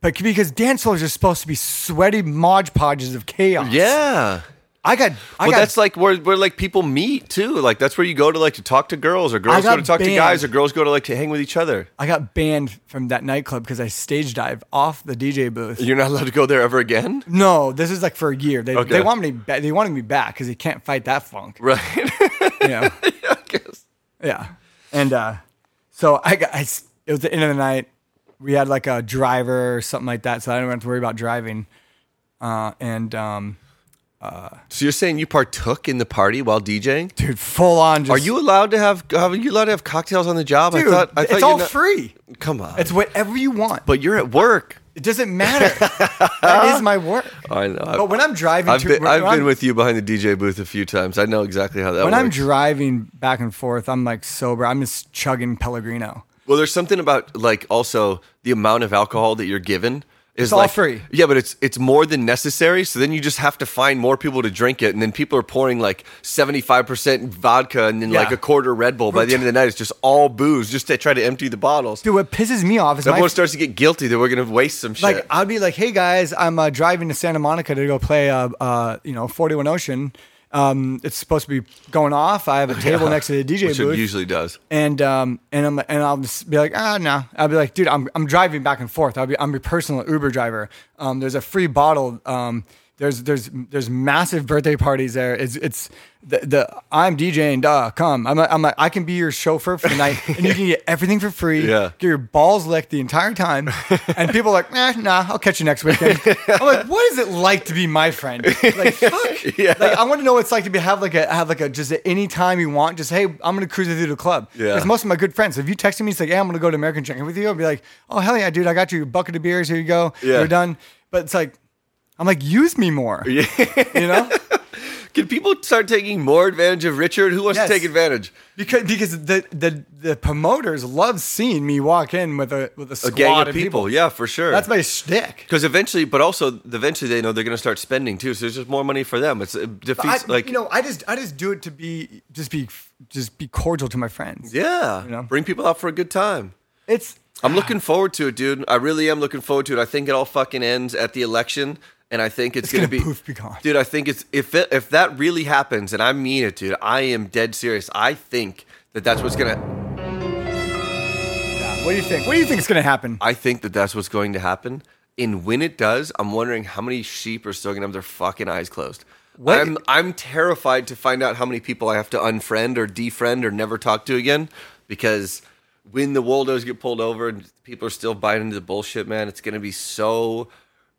Speaker 5: but c- because dance floors are supposed to be sweaty mod podges of chaos.
Speaker 6: Yeah.
Speaker 5: I got. I
Speaker 6: Well,
Speaker 5: got,
Speaker 6: that's like where, where like people meet too. Like that's where you go to like to talk to girls, or girls go
Speaker 5: got
Speaker 6: to talk to guys, or
Speaker 5: banned.
Speaker 6: girls go to like to hang with each other.
Speaker 5: I got banned from that nightclub because I stage dive off the DJ booth.
Speaker 6: You're not allowed to go there ever again,
Speaker 5: no, this is like for a year. They,
Speaker 6: Okay.
Speaker 5: they want me. Ba- they wanted me back because they can't fight that funk.
Speaker 6: right?
Speaker 5: You know?
Speaker 6: I guess.
Speaker 5: Yeah. And uh, so I got, I s it was the end of the night. We had like a driver or something like that. So I didn't have to worry about driving. Uh, and um,
Speaker 6: So you're saying you partook in the party while DJing?
Speaker 5: dude, full on just.
Speaker 6: Are you allowed to have? Are you allowed to have cocktails on the job?
Speaker 5: Dude,
Speaker 6: I thought. I thought
Speaker 5: it's
Speaker 6: you're
Speaker 5: all
Speaker 6: not-
Speaker 5: free.
Speaker 6: Come on.
Speaker 5: It's whatever you want.
Speaker 6: but you're at work.
Speaker 5: It doesn't matter. that is my work.
Speaker 6: I know.
Speaker 5: But when I'm driving
Speaker 6: I've
Speaker 5: to-
Speaker 6: been,
Speaker 5: when
Speaker 6: I've
Speaker 5: I'm-
Speaker 6: been with you behind the DJ booth a few times. I know exactly how that
Speaker 5: When
Speaker 6: works.
Speaker 5: I'm driving back and forth, I'm like sober. I'm just chugging Pellegrino.
Speaker 6: Well, there's something about like also the amount of alcohol that you're given is
Speaker 5: all
Speaker 6: like,
Speaker 5: free.
Speaker 6: Yeah, but it's it's more than necessary. So then you just have to find more people to drink it, and then people are pouring like 75 percent vodka and then
Speaker 5: Yeah.
Speaker 6: like a quarter Red Bull. By the end of the night, it's just all booze, just to try to empty the bottles.
Speaker 5: Dude, what pisses me off is
Speaker 6: Everyone
Speaker 5: my,
Speaker 6: starts to get guilty that we're gonna waste some shit.
Speaker 5: like I'd be like, "Hey guys, I'm uh, driving to Santa Monica to go play uh, uh you know 41 Ocean. Um, it's supposed to be going off. I have a table next to the DJ
Speaker 6: which
Speaker 5: booth,
Speaker 6: it usually does.
Speaker 5: and um and I'm and I'll just be like, ah, no. I'll be like, dude, I'm I'm driving back and forth. I'll be I'm your personal Uber driver. Um, there's a free bottle. Um, there's there's there's massive birthday parties there. It's it's the, the I'm DJing. Duh, come. I'm a, I'm a, I can be your chauffeur for the night, and you can get everything for free.
Speaker 6: Yeah.
Speaker 5: Get your balls licked the entire time, and people are like, nah, nah. I'll catch you next weekend. I'm like, what is it like to be my friend? Like, fuck.
Speaker 6: Yeah.
Speaker 5: Like, I want to know what it's like to be have like a have like a just at any time you want. Just hey, I'm gonna cruise with you to the club.
Speaker 6: Yeah.
Speaker 5: Because most of my good friends, if you texted me, it's like, hey, I'm gonna go to American drinking with you. I'll be like, oh hell yeah, dude, I got you a bucket of beers. Here you go.
Speaker 6: Yeah.
Speaker 5: You're done. But it's like, I'm like, use me more. Yeah. You know,
Speaker 6: Can people start taking more advantage of Richard? Who wants
Speaker 5: Yes.
Speaker 6: to take advantage?
Speaker 5: because because the the the promoters love seeing me walk in with a with a
Speaker 6: A
Speaker 5: squad
Speaker 6: gang of people. Yeah, for sure.
Speaker 5: That's my shtick.
Speaker 6: Because eventually, but also eventually they know they're going to start spending too. So there's just more money for them. It's, it
Speaker 5: I,
Speaker 6: defeats
Speaker 5: like
Speaker 6: like
Speaker 5: you know, I just I just do it to be just be just be cordial to my friends.
Speaker 6: yeah,
Speaker 5: you know. Ah.
Speaker 6: bring people out for a good time.
Speaker 5: It's
Speaker 6: I'm looking forward to it, dude. I really am looking forward to it. I think it all fucking ends at the election, and I think it's,
Speaker 5: It's
Speaker 6: gonna, be
Speaker 5: gonna poof, be gone.
Speaker 6: Dude, I think it's if it, if that really happens, and I mean it, dude. I am dead serious. I think that that's what's gonna.
Speaker 5: what do you think? What do you think is gonna happen?
Speaker 6: I think that that's what's going to happen. And when it does, I'm wondering how many sheep are still gonna have their fucking eyes closed.
Speaker 5: What-
Speaker 6: I'm I'm terrified to find out how many people I have to unfriend or defriend or never talk to again because when the Waldos get pulled over and people are still biting into the bullshit, man, it's gonna be so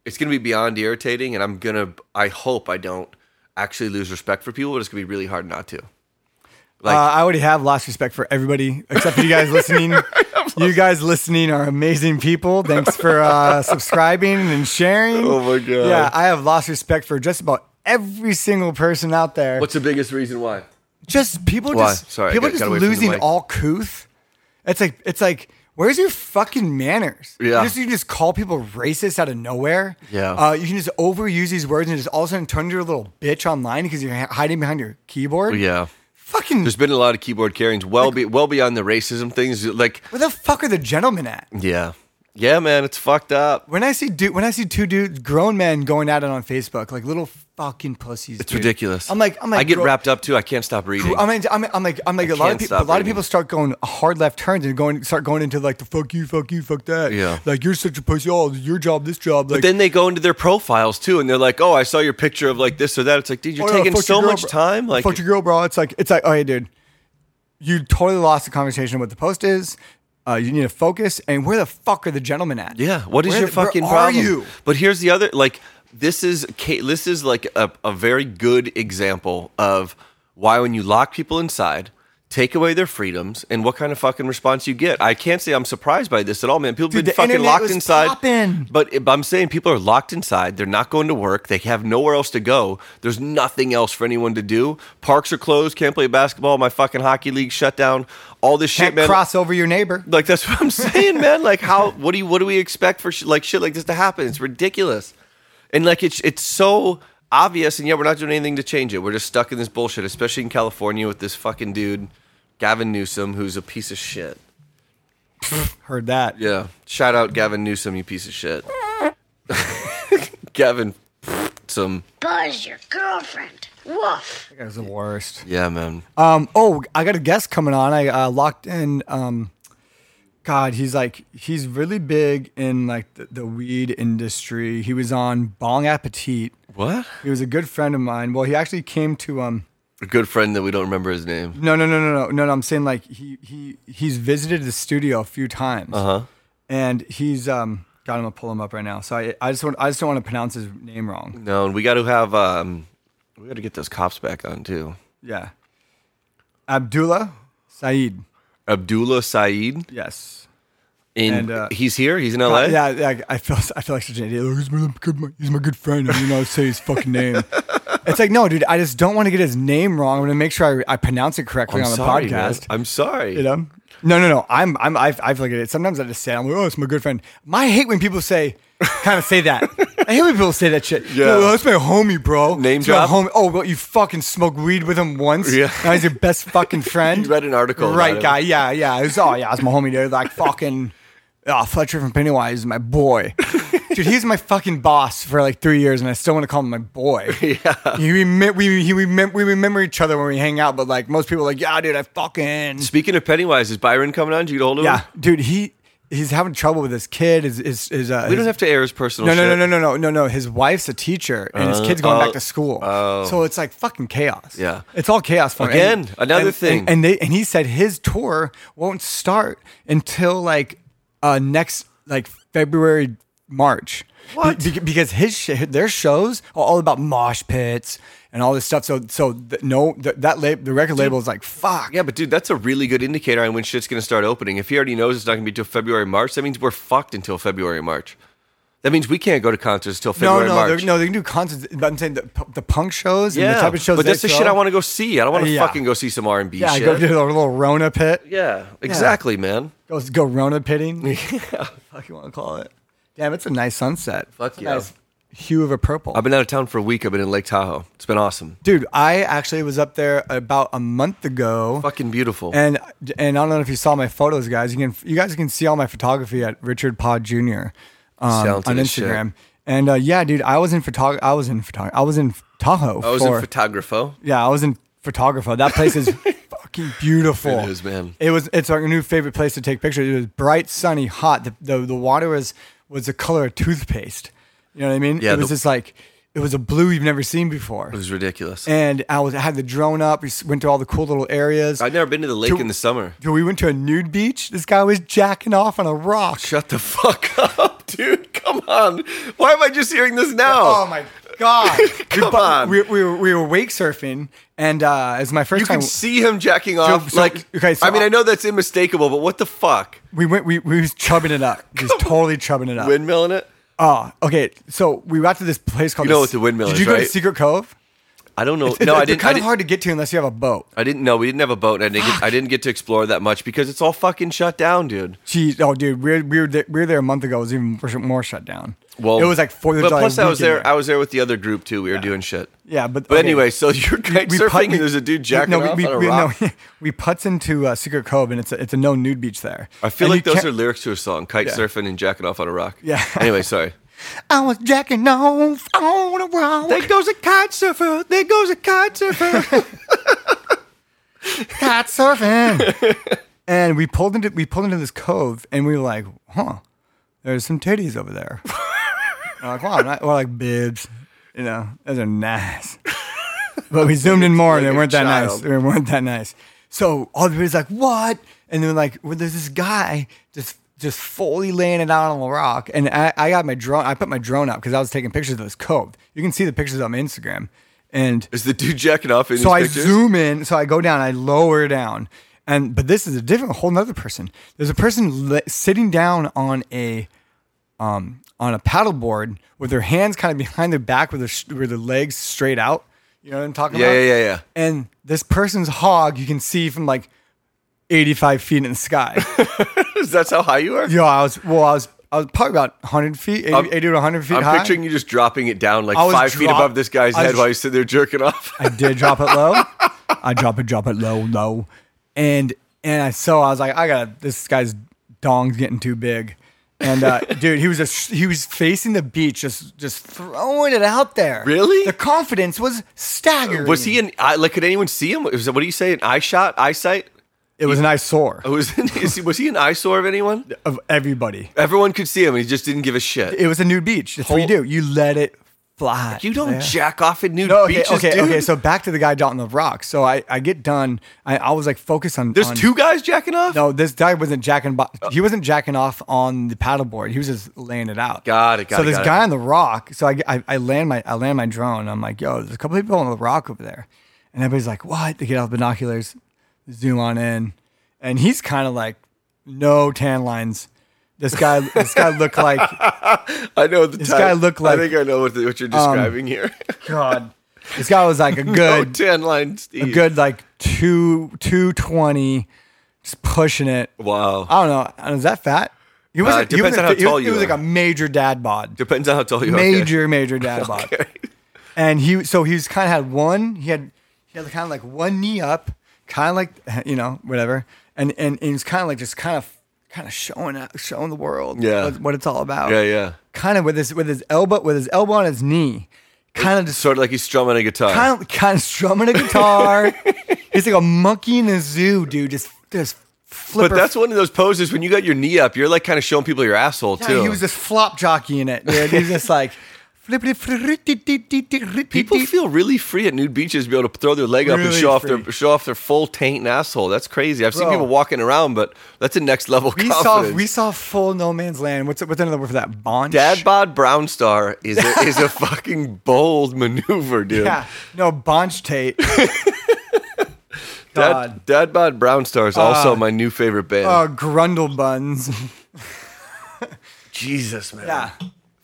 Speaker 6: it's gonna be beyond irritating and I'm gonna I hope I don't actually lose respect for people, but it's gonna be really hard not to. Like
Speaker 5: Uh, I already have lost respect for everybody except for you guys listening. you guys listening are amazing people. Thanks for uh, subscribing and sharing.
Speaker 6: Oh my God.
Speaker 5: Yeah, I have lost respect for just about every single person out there.
Speaker 6: what's the biggest reason why?
Speaker 5: just people
Speaker 6: Why?
Speaker 5: just
Speaker 6: Sorry, I
Speaker 5: people
Speaker 6: got-
Speaker 5: just
Speaker 6: got away from the
Speaker 5: losing
Speaker 6: mic.
Speaker 5: all couth. It's like it's like where's your fucking manners?
Speaker 6: Yeah.
Speaker 5: You just you just call people racist out of nowhere.
Speaker 6: Yeah.
Speaker 5: Uh, you can just overuse these words and just all of a sudden turn into a little bitch online because you're hi- hiding behind your keyboard.
Speaker 6: Yeah.
Speaker 5: Fucking
Speaker 6: There's been a lot of keyboard carryings, well be, well beyond the racism things. Like,
Speaker 5: where the fuck are the gentlemen at?
Speaker 6: yeah, yeah, man, it's fucked up.
Speaker 5: When I see dude, when I see two dudes, grown men going at it on Facebook, like little fucking pussies.
Speaker 6: It's ridiculous.
Speaker 5: I'm like, I'm like,
Speaker 6: I get
Speaker 5: bro-
Speaker 6: wrapped up too. I can't stop reading.
Speaker 5: I mean, I'm, I'm like, I'm like a lot of
Speaker 6: can't
Speaker 5: people. A
Speaker 6: stop
Speaker 5: lot of
Speaker 6: reading.
Speaker 5: people start going hard left turns and going, start going into like the fuck you, fuck you, fuck that.
Speaker 6: Yeah.
Speaker 5: Like you're such a pussy. Oh, your job, this job. Like,
Speaker 6: but then they go into their profiles too, and they're like, "Oh, I saw your picture of like this or that." It's like, dude, you're
Speaker 5: oh, yeah,
Speaker 6: taking
Speaker 5: fuck your
Speaker 6: so
Speaker 5: girl,
Speaker 6: much
Speaker 5: bro.
Speaker 6: time. Like,
Speaker 5: fuck your girl, bro. It's like, it's like, oh hey, dude, you totally lost the conversation. of What the post is. Uh, you need to focus. And where the fuck are the gentlemen at?
Speaker 6: Yeah. What is
Speaker 5: Where
Speaker 6: your
Speaker 5: the- where
Speaker 6: fucking
Speaker 5: are
Speaker 6: problem?
Speaker 5: you?
Speaker 6: But here's the other like this is ca- this is like a, a very good example of why when you lock people inside, take away their freedoms, and what kind of fucking response you get. I can't say I'm surprised by this at all, man. People have
Speaker 5: Dude, the
Speaker 6: been fucking
Speaker 5: internet
Speaker 6: locked
Speaker 5: was
Speaker 6: inside.
Speaker 5: poppin'.
Speaker 6: But but I'm saying people are locked inside. They're not going to work. They have nowhere else to go. There's nothing else for anyone to do. Parks are closed. Can't play basketball. My fucking hockey league shut down. All this shit,
Speaker 5: Can't
Speaker 6: man.
Speaker 5: cross over your neighbor.
Speaker 6: Like that's what I'm saying, man. Like how what do you what do we expect for sh- like shit like this to happen? It's ridiculous, and like it's it's so obvious, and yet we're not doing anything to change it. We're just stuck in this bullshit, especially in California with this fucking dude, Gavin Newsom, who's a piece of shit.
Speaker 5: Heard that.
Speaker 6: Yeah, shout out Gavin Newsom, you piece of shit. Gavin, some
Speaker 8: Buzz, your girlfriend. Woof.
Speaker 5: That guy's the worst.
Speaker 6: yeah, man.
Speaker 5: Um, oh, I got a guest coming on. I uh, locked in. Um, God, he's like he's really big in like the, the weed industry. He was on Bong Appetit.
Speaker 6: What?
Speaker 5: He was a good friend of mine. Well, he actually came to um.
Speaker 6: A good friend that we don't remember his name.
Speaker 5: No, no, no, no, no, no. no I'm saying like he he he's visited the studio a few times. Uh huh. And he's um. God, I'm gonna pull him up right now. So I I just want I just don't want to pronounce his name wrong.
Speaker 6: No, and we got to have um, we got to get those cops back on too.
Speaker 5: Yeah. Abdullah Saeed.
Speaker 6: Abdullah Saeed.
Speaker 5: Yes.
Speaker 6: In,
Speaker 5: And, uh,
Speaker 6: he's here. He's in LA.
Speaker 5: Yeah, yeah, I feel I feel like such an idiot. Like, he's, my, good- my- he's my good friend. I mean, I'll say his fucking name. It's like, no, dude, I just don't want to get his name wrong. I'm going to make sure I, I pronounce it correctly
Speaker 6: I'm
Speaker 5: on the
Speaker 6: sorry, man.
Speaker 5: podcast.
Speaker 6: I'm sorry.
Speaker 5: You know? No, no, no. I'm, I'm, I've, I've looked at it. Sometimes I just say, I'm like, oh, it's my good friend. My I hate when people say, kind of say that. I hate when people say that shit.
Speaker 6: Yeah.
Speaker 5: No, that's my homie, bro.
Speaker 6: Name
Speaker 5: It's my
Speaker 6: drop?
Speaker 5: homie. Oh, well, you fucking smoked weed with him once.
Speaker 6: Yeah.
Speaker 5: Now he's your best fucking friend.
Speaker 6: You read an article about
Speaker 5: Right,
Speaker 6: him.
Speaker 5: guy. Yeah, yeah. It was, oh, yeah, it's my homie, dude. Like, fucking, oh, Fletcher from Pennywise is my boy. Dude, he's my fucking boss for like three years, and I still want to call him my boy. Yeah. He remem- we, he remem- we remember each other when we hang out, but like most people are like, yeah, dude, I fucking.
Speaker 6: Speaking of Pennywise, is Byron coming on? Did you get a hold of him?
Speaker 5: Yeah, Oh, dude, he he's having trouble with his kid. His his, his uh,
Speaker 6: We
Speaker 5: his-
Speaker 6: don't have to air his personal
Speaker 5: No, no,
Speaker 6: shit.
Speaker 5: no, no, no, no, no, no. His wife's a teacher, and his kid's going back to school. Oh. So it's like fucking chaos.
Speaker 6: Yeah.
Speaker 5: it's all chaos for him.
Speaker 6: Again,
Speaker 5: And-
Speaker 6: another
Speaker 5: and-
Speaker 6: thing.
Speaker 5: And, and they and he said his tour won't start until like uh next like February March.
Speaker 6: What?
Speaker 5: Be- because his sh- their shows are all about mosh pits and all this stuff. So so th- no, th- that lab- the record label is like fuck.
Speaker 6: Yeah, but dude, that's a really good indicator on when shit's going to start opening. If he already knows it's not going to be till February, March, that means we're fucked until February, March. That means we can't go to concerts till February,
Speaker 5: no, no,
Speaker 6: March.
Speaker 5: they're- no, they can do concerts. But I'm saying the, pu- the punk shows and the type of shows.
Speaker 6: but
Speaker 5: they
Speaker 6: that's the
Speaker 5: throw.
Speaker 6: shit I want to go see. I don't want to
Speaker 5: Yeah.
Speaker 6: fucking go see some R and B
Speaker 5: Yeah,
Speaker 6: shit.
Speaker 5: go to a little Rona pit.
Speaker 6: yeah, exactly, man.
Speaker 5: Go, go Rona pitting. Yeah, fuck you want to call it? Damn, it's a nice sunset.
Speaker 6: Fuck
Speaker 5: It's a
Speaker 6: yeah.
Speaker 5: nice hue of a purple.
Speaker 6: I've been out of town for a week. I've been in Lake Tahoe. It's been awesome.
Speaker 5: Dude, I actually was up there about a month ago.
Speaker 6: Fucking beautiful.
Speaker 5: And and I don't know if you saw my photos, guys. You can you guys can see all my photography at Richard Pod Jr. Um, on
Speaker 6: Talented as shit.
Speaker 5: Instagram. And uh, yeah, dude, I was in photog. I was in photog. I was in Tahoe.
Speaker 6: I was
Speaker 5: for-
Speaker 6: in photographo.
Speaker 5: Yeah, I was in photographer. That place is fucking beautiful.
Speaker 6: It is, man.
Speaker 5: It was. It's our new favorite place to take pictures. It was bright, sunny, hot. The the, the water was was the color of toothpaste. You know what I mean?
Speaker 6: Yeah,
Speaker 5: It was
Speaker 6: the-
Speaker 5: just like it was a blue you've never seen before.
Speaker 6: It was ridiculous.
Speaker 5: and I was I had the drone up. We s- went to all the cool little areas.
Speaker 6: I've never been to the lake
Speaker 5: To-
Speaker 6: in the summer.
Speaker 5: Dude, we went to a nude beach. This guy was jacking off on a rock.
Speaker 6: Shut the fuck up, dude. Come on. Why am I just hearing this now?
Speaker 5: Oh my god!
Speaker 6: Come
Speaker 5: we, bu-
Speaker 6: on.
Speaker 5: We, we, were, we were wake surfing, and uh, it's my first
Speaker 6: You
Speaker 5: time.
Speaker 6: can see him jacking off.
Speaker 5: so-
Speaker 6: like,
Speaker 5: okay, so
Speaker 6: I mean,
Speaker 5: I-
Speaker 6: I know that's unmistakable, but what the fuck?
Speaker 5: we went. We, we was chubbing it up. Just totally chubbing it up.
Speaker 6: Windmilling it?
Speaker 5: Oh, okay. So we got to this place called.
Speaker 6: You know
Speaker 5: the-
Speaker 6: what the windmill
Speaker 5: Did
Speaker 6: is,
Speaker 5: you go to
Speaker 6: right?
Speaker 5: Secret Cove?
Speaker 6: I don't know.
Speaker 5: It's-
Speaker 6: no, I
Speaker 5: it's
Speaker 6: didn't.
Speaker 5: Kind
Speaker 6: I
Speaker 5: of
Speaker 6: didn't,
Speaker 5: hard to get to unless you have a boat.
Speaker 6: I didn't know. We didn't have a boat, and I didn't, get, I didn't get to explore that much because it's all fucking shut down, dude.
Speaker 5: Gee, oh, dude, we were, we were there, we were there a month ago. It was even worse- more shut down.
Speaker 6: Well,
Speaker 5: it was like four.
Speaker 6: But plus, I was there. I was there with the other group too. We were doing shit.
Speaker 5: yeah, but
Speaker 6: But
Speaker 5: okay.
Speaker 6: anyway, so you're kite
Speaker 5: We
Speaker 6: surfing,
Speaker 5: put- we-
Speaker 6: and there's a dude jacking
Speaker 5: no, we,
Speaker 6: off
Speaker 5: we,
Speaker 6: on a
Speaker 5: we,
Speaker 6: rock.
Speaker 5: No, we putts into uh, Secret Cove, and it's a, it's a no nude beach there.
Speaker 6: I feel
Speaker 5: And
Speaker 6: like
Speaker 5: you
Speaker 6: those
Speaker 5: can't-
Speaker 6: are lyrics to a song: kite surfing and jacking off on a rock.
Speaker 5: Yeah.
Speaker 6: Anyway, sorry.
Speaker 5: I was jacking off on a rock.
Speaker 6: There goes a kite surfer. There goes a kite surfer.
Speaker 5: cat surfing. and we pulled into we pulled into this cove, and we were like, huh, there's some titties over there. we're like, wow, ni- we're like bibs, you know, those are nice. But we zoomed in more, and
Speaker 6: Like
Speaker 5: they
Speaker 6: a
Speaker 5: weren't that nice.
Speaker 6: child.
Speaker 5: They weren't that nice. So all the was like, what? And then like, well, there's this guy just just fully laying it out on the rock, and I, I got my drone. I put my drone up because I was taking pictures of this cove. You can see the pictures on my Instagram, and
Speaker 6: Is the dude jacking off in
Speaker 5: so I
Speaker 6: his pictures?
Speaker 5: zoom in, so I go down, I lower down, and but this is a different, whole nother person. There's a person li- sitting down on a, um, on a paddleboard with their hands kind of behind their back, with their sh- with their legs straight out. You know what I'm talking
Speaker 6: Yeah,
Speaker 5: about?
Speaker 6: yeah, yeah, yeah.
Speaker 5: And this person's hog, you can see from like 85 feet in the sky.
Speaker 6: That's how high you are.
Speaker 5: Yo, I was well, I was I was probably about 100 feet, 80, 80 to 100 feet
Speaker 6: I'm
Speaker 5: high.
Speaker 6: picturing you just dropping it down like
Speaker 5: I was
Speaker 6: five feet
Speaker 5: drop-
Speaker 6: above this guy's
Speaker 5: I was
Speaker 6: head while he's sitting there jerking off.
Speaker 5: I did drop it low. I drop it, drop it low, low, and and I so I was like, I got to this guy's dong's getting too big, and uh, dude, he was just he was facing the beach, just just throwing it out there.
Speaker 6: Really?
Speaker 5: the confidence was staggering.
Speaker 6: Was he in? I, like, could anyone see him? Was, what do you say? An eye shot, eyesight?
Speaker 5: It was an eyesore
Speaker 6: It Was is he, was he an eyesore of anyone?
Speaker 5: of everybody.
Speaker 6: Everyone could see him. He just didn't give a shit.
Speaker 5: It was a nude beach. That's what you do. You let it fly.
Speaker 6: you don't
Speaker 5: Yeah.
Speaker 6: jack off at nude
Speaker 5: No, okay,
Speaker 6: beaches,
Speaker 5: okay,
Speaker 6: dude.
Speaker 5: okay. So back to the guy dotting the rock. So I, I get done. I, I was like focused on.
Speaker 6: there's
Speaker 5: on-
Speaker 6: two guys jacking off.
Speaker 5: No, this guy wasn't jacking. Bo- he wasn't jacking off on the paddleboard. He was just laying it out.
Speaker 6: Got it, got
Speaker 5: so
Speaker 6: it,
Speaker 5: this
Speaker 6: got it.
Speaker 5: guy on the rock. So I, I, I land my I land my drone. I'm like, yo, there's a couple people on the rock over there, and everybody's like, what? They get out the binoculars, zoom on in, and he's kind of like, no tan lines. This guy, this guy looked like
Speaker 6: I know the
Speaker 5: This
Speaker 6: type.
Speaker 5: guy looked
Speaker 6: I
Speaker 5: like-
Speaker 6: think I know what, the, what you're describing here.
Speaker 5: God. This guy was like a
Speaker 6: Oh,
Speaker 5: good,
Speaker 6: 10 line
Speaker 5: a
Speaker 6: Steve.
Speaker 5: good like two two twenty, just pushing it.
Speaker 6: Wow.
Speaker 5: I don't know. Is that fat? He was.
Speaker 6: Uh,
Speaker 5: like- he was
Speaker 6: depends
Speaker 5: like-
Speaker 6: on how
Speaker 5: he was-
Speaker 6: tall
Speaker 5: he
Speaker 6: you
Speaker 5: was like
Speaker 6: are.
Speaker 5: a major dad bod.
Speaker 6: Depends on how tall you are. okay.
Speaker 5: major, major dad bod. And he, so he's kind of had one. He had, he had kind of like one knee up, kind of like you know whatever, and and, and he's kind of like just kind of kind of showing out, showing the world,
Speaker 6: Yeah.
Speaker 5: what, what it's all about.
Speaker 6: Yeah, yeah.
Speaker 5: Kind of with his with his elbow with his elbow on his knee, kind of just
Speaker 6: Sort of like he's strumming a guitar.
Speaker 5: kind of kind of strumming a guitar. he's like a monkey in a zoo, dude. Just just flipper.
Speaker 6: but that's one of those poses when you got your knee up, you're like kind of showing people your asshole
Speaker 5: Yeah,
Speaker 6: too.
Speaker 5: he was just flop jockeying it, dude. He was just like. flippity flippity-
Speaker 6: People feel really free at nude beaches to be able to throw their leg up and
Speaker 5: Really
Speaker 6: show off
Speaker 5: free.
Speaker 6: their show off their full taint and asshole. That's crazy. I've seen
Speaker 5: Bro.
Speaker 6: people walking around, but that's a next level
Speaker 5: We
Speaker 6: confidence.
Speaker 5: saw we saw full no man's land. What's what's another word for that? Bonch.
Speaker 6: Dad bod brown star is a, is a fucking bold maneuver, dude.
Speaker 5: Yeah. No bonch tape. God. Uh,
Speaker 6: Dad, Dad bod brown star is also my new favorite band.
Speaker 5: Oh, grundle buns.
Speaker 6: Jesus, man.
Speaker 5: yeah.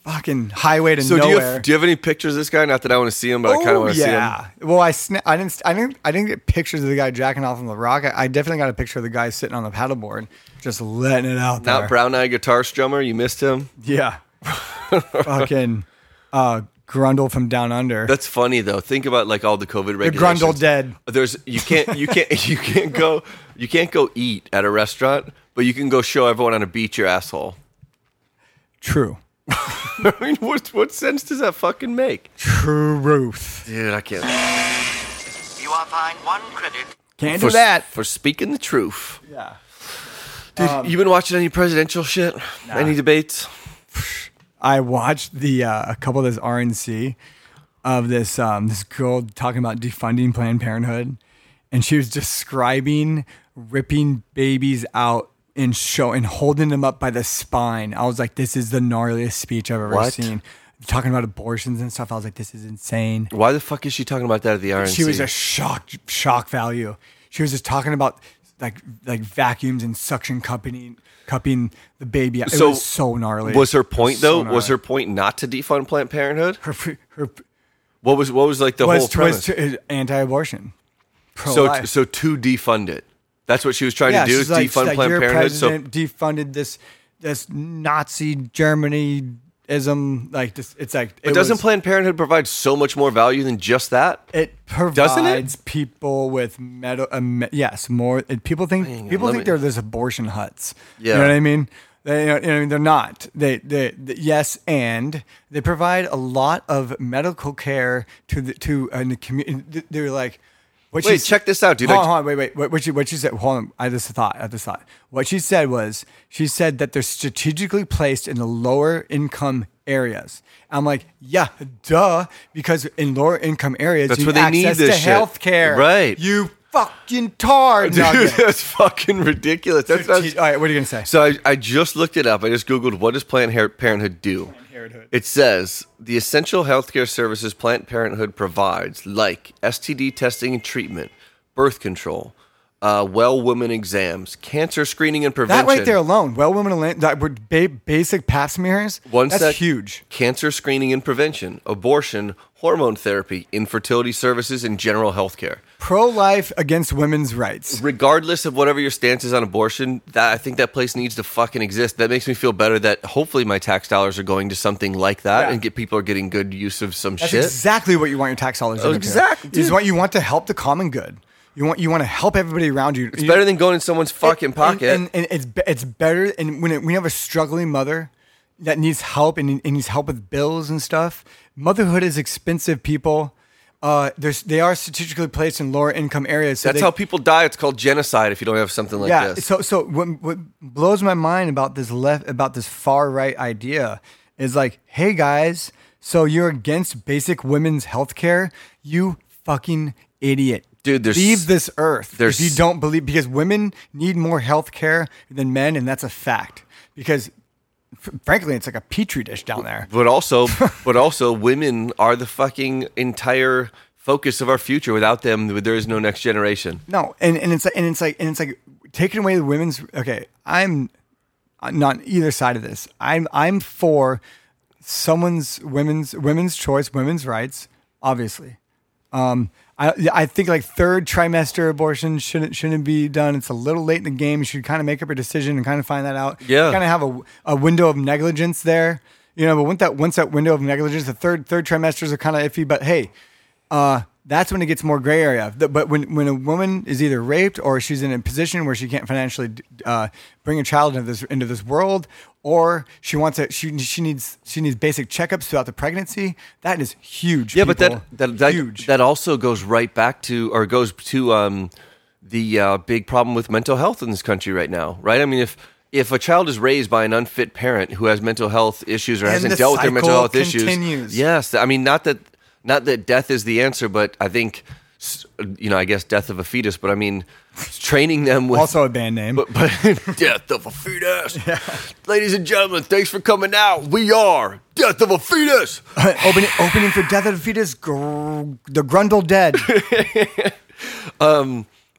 Speaker 5: Fucking highway to
Speaker 6: So do you,
Speaker 5: nowhere.
Speaker 6: have, do you have any pictures of this guy? Not that I want to see him, but I kind of
Speaker 5: Oh,
Speaker 6: want to see him.
Speaker 5: yeah. Well, I sna- I didn't I didn't I didn't get pictures of the guy jacking off on the rock. I, I definitely got a picture of the guy sitting on the paddleboard, just letting it out there.
Speaker 6: Not brown eyed guitar strummer. You missed him.
Speaker 5: Yeah. Fucking uh, grundle from down under.
Speaker 6: That's funny though. Think about like all the COVID
Speaker 5: the
Speaker 6: regulations.
Speaker 5: grundle dead.
Speaker 6: There's you can't you can't you can't go you can't go eat at a restaurant, but you can go show everyone on a beach your asshole.
Speaker 5: True.
Speaker 6: I mean, what what sense does that fucking make?
Speaker 5: Truth.
Speaker 6: Dude, I can't.
Speaker 9: You are fined one credit.
Speaker 5: Can't
Speaker 6: For
Speaker 5: do that.
Speaker 6: for speaking the truth.
Speaker 5: Yeah. Um,
Speaker 6: Dude, you been watching any presidential shit? Any debates?
Speaker 5: I watched the uh, a couple of this RNC of this um, this girl talking about defunding Planned Parenthood, and she was describing ripping babies out and show and holding them up by the spine. I was like, this is the gnarliest speech I've ever
Speaker 6: What?
Speaker 5: seen. Talking about abortions and stuff, I was like, this is insane.
Speaker 6: Why the fuck is she talking about that at the RNC?
Speaker 5: She was a shock shock value. She was just talking about like like vacuums and suction cupping cupping the baby. It was so gnarly.
Speaker 6: Was her point
Speaker 5: So
Speaker 6: though? was her
Speaker 5: gnarly.
Speaker 6: point not to defund Planned Parenthood?
Speaker 5: her her
Speaker 6: What was what was like the whole
Speaker 5: was,
Speaker 6: premise?
Speaker 5: was to, uh, anti-abortion.
Speaker 6: so
Speaker 5: Pro-life.
Speaker 6: so to defund it. That's what she was trying to do
Speaker 5: she's
Speaker 6: is defund
Speaker 5: she's
Speaker 6: Planned
Speaker 5: your
Speaker 6: Parenthood. So
Speaker 5: president defunded this this Nazi Germanyism. Like this, it's like
Speaker 6: But
Speaker 5: it
Speaker 6: doesn't
Speaker 5: was-
Speaker 6: Planned Parenthood provide so much more value than just that?
Speaker 5: it provides
Speaker 6: doesn't it?
Speaker 5: people with metal. Uh, me- yes, more it, people think
Speaker 6: on,
Speaker 5: people
Speaker 6: let
Speaker 5: think
Speaker 6: me-
Speaker 5: they're this abortion huts.
Speaker 6: Yeah.
Speaker 5: you know what I mean. They, you know, you know, they're not. They, they, th- yes, and they provide a lot of medical care to the to uh, the community. They're like, what
Speaker 6: Wait,
Speaker 5: she-
Speaker 6: check this out, dude.
Speaker 5: Hold
Speaker 6: Like-
Speaker 5: on, hold on, wait, wait. What, what she what she said? Hold on. I just thought. I just thought. What she said was she said that they're strategically placed in the lower income areas. I'm like, yeah, duh, because in lower income areas,
Speaker 6: That's
Speaker 5: you
Speaker 6: where they
Speaker 5: access
Speaker 6: need
Speaker 5: to
Speaker 6: this shit.
Speaker 5: health care.
Speaker 6: Right.
Speaker 5: You fucking tar
Speaker 6: Dude,
Speaker 5: nugget.
Speaker 6: that's fucking ridiculous. That's,
Speaker 5: All
Speaker 6: that's-
Speaker 5: right, what are you gonna say?
Speaker 6: so I, I just looked it up. I just Googled what does Planned Har- Parenthood do? It says the essential healthcare services Planned Parenthood provides, like STD testing and treatment, birth control, uh, well woman exams, cancer screening and prevention.
Speaker 5: that right there alone, well, women, alone- that were ba- basic pap smears.
Speaker 6: One
Speaker 5: that's
Speaker 6: sec.
Speaker 5: huge.
Speaker 6: Cancer screening and prevention, abortion, hormone therapy, infertility services, and general health care.
Speaker 5: Pro life against women's rights.
Speaker 6: Regardless of whatever your stance is on abortion, that I think that place needs to fucking exist. That makes me feel better that hopefully my tax dollars are going to something like that
Speaker 5: Yeah.
Speaker 6: and get people are getting good use of some
Speaker 5: That's
Speaker 6: shit.
Speaker 5: exactly what you want your tax dollars to
Speaker 6: Exact-
Speaker 5: Is
Speaker 6: dude.
Speaker 5: what you want to help the common good. You want you want to help everybody around you.
Speaker 6: it's better than going in someone's fucking pocket.
Speaker 5: And, and, and it's be- it's better. And when it, when you have a struggling mother that needs help and, and needs help with bills and stuff, motherhood is expensive. People, uh, there's they are strategically placed in lower income areas. So
Speaker 6: That's
Speaker 5: they-
Speaker 6: how people die. It's called genocide if you don't have something like
Speaker 5: yeah.
Speaker 6: this.
Speaker 5: So so what, what blows my mind about this left about this far right idea is like, hey guys, so you're against basic women's health care? You fucking idiot.
Speaker 6: Dude, there's-
Speaker 5: leave this earth
Speaker 6: there's-
Speaker 5: if you don't believe because women need more health care than men, and that's a fact. Because f- frankly, it's like a petri dish down there.
Speaker 6: but also but also women are the fucking entire focus of our future. Without them, there is no next generation.
Speaker 5: No, and, and it's like and it's like and it's like taking away the women's. Okay, I'm not on either side of this. I'm I'm for someone's women's women's choice, women's rights. Obviously, Um, I, I think like third trimester abortion shouldn't shouldn't be done. It's a little late in the game. You should kind of make up your decision and kind of find that out.
Speaker 6: Yeah.
Speaker 5: kind of have a, a window of negligence there. You know, but once that once that window of negligence, the third third trimesters are kind of iffy. But hey, uh, that's when it gets more gray area. The- But when when a woman is either raped or she's in a position where she can't financially uh, bring a child into this into this world, or she wants a she she needs she needs basic checkups throughout the pregnancy. That is huge.
Speaker 6: Yeah, but that
Speaker 5: people.
Speaker 6: that that,
Speaker 5: huge.
Speaker 6: that also goes right back to or goes to um, the uh, big problem with mental health in this country right now, right? I mean, if if a child is raised by an unfit parent who has mental health issues or
Speaker 5: And
Speaker 6: hasn't
Speaker 5: the
Speaker 6: dealt with their mental
Speaker 5: cycle
Speaker 6: health issues,
Speaker 5: continues.
Speaker 6: yes, I mean, not that not that death is the answer, but I think s- you know, I guess death of a fetus, but I mean, training them with
Speaker 5: also a band name.
Speaker 6: but, but death of a fetus. Ladies and gentlemen, thanks for coming out. We are death of a fetus.
Speaker 5: opening opening for Death of the Fetus, gr- the Grundle Dead.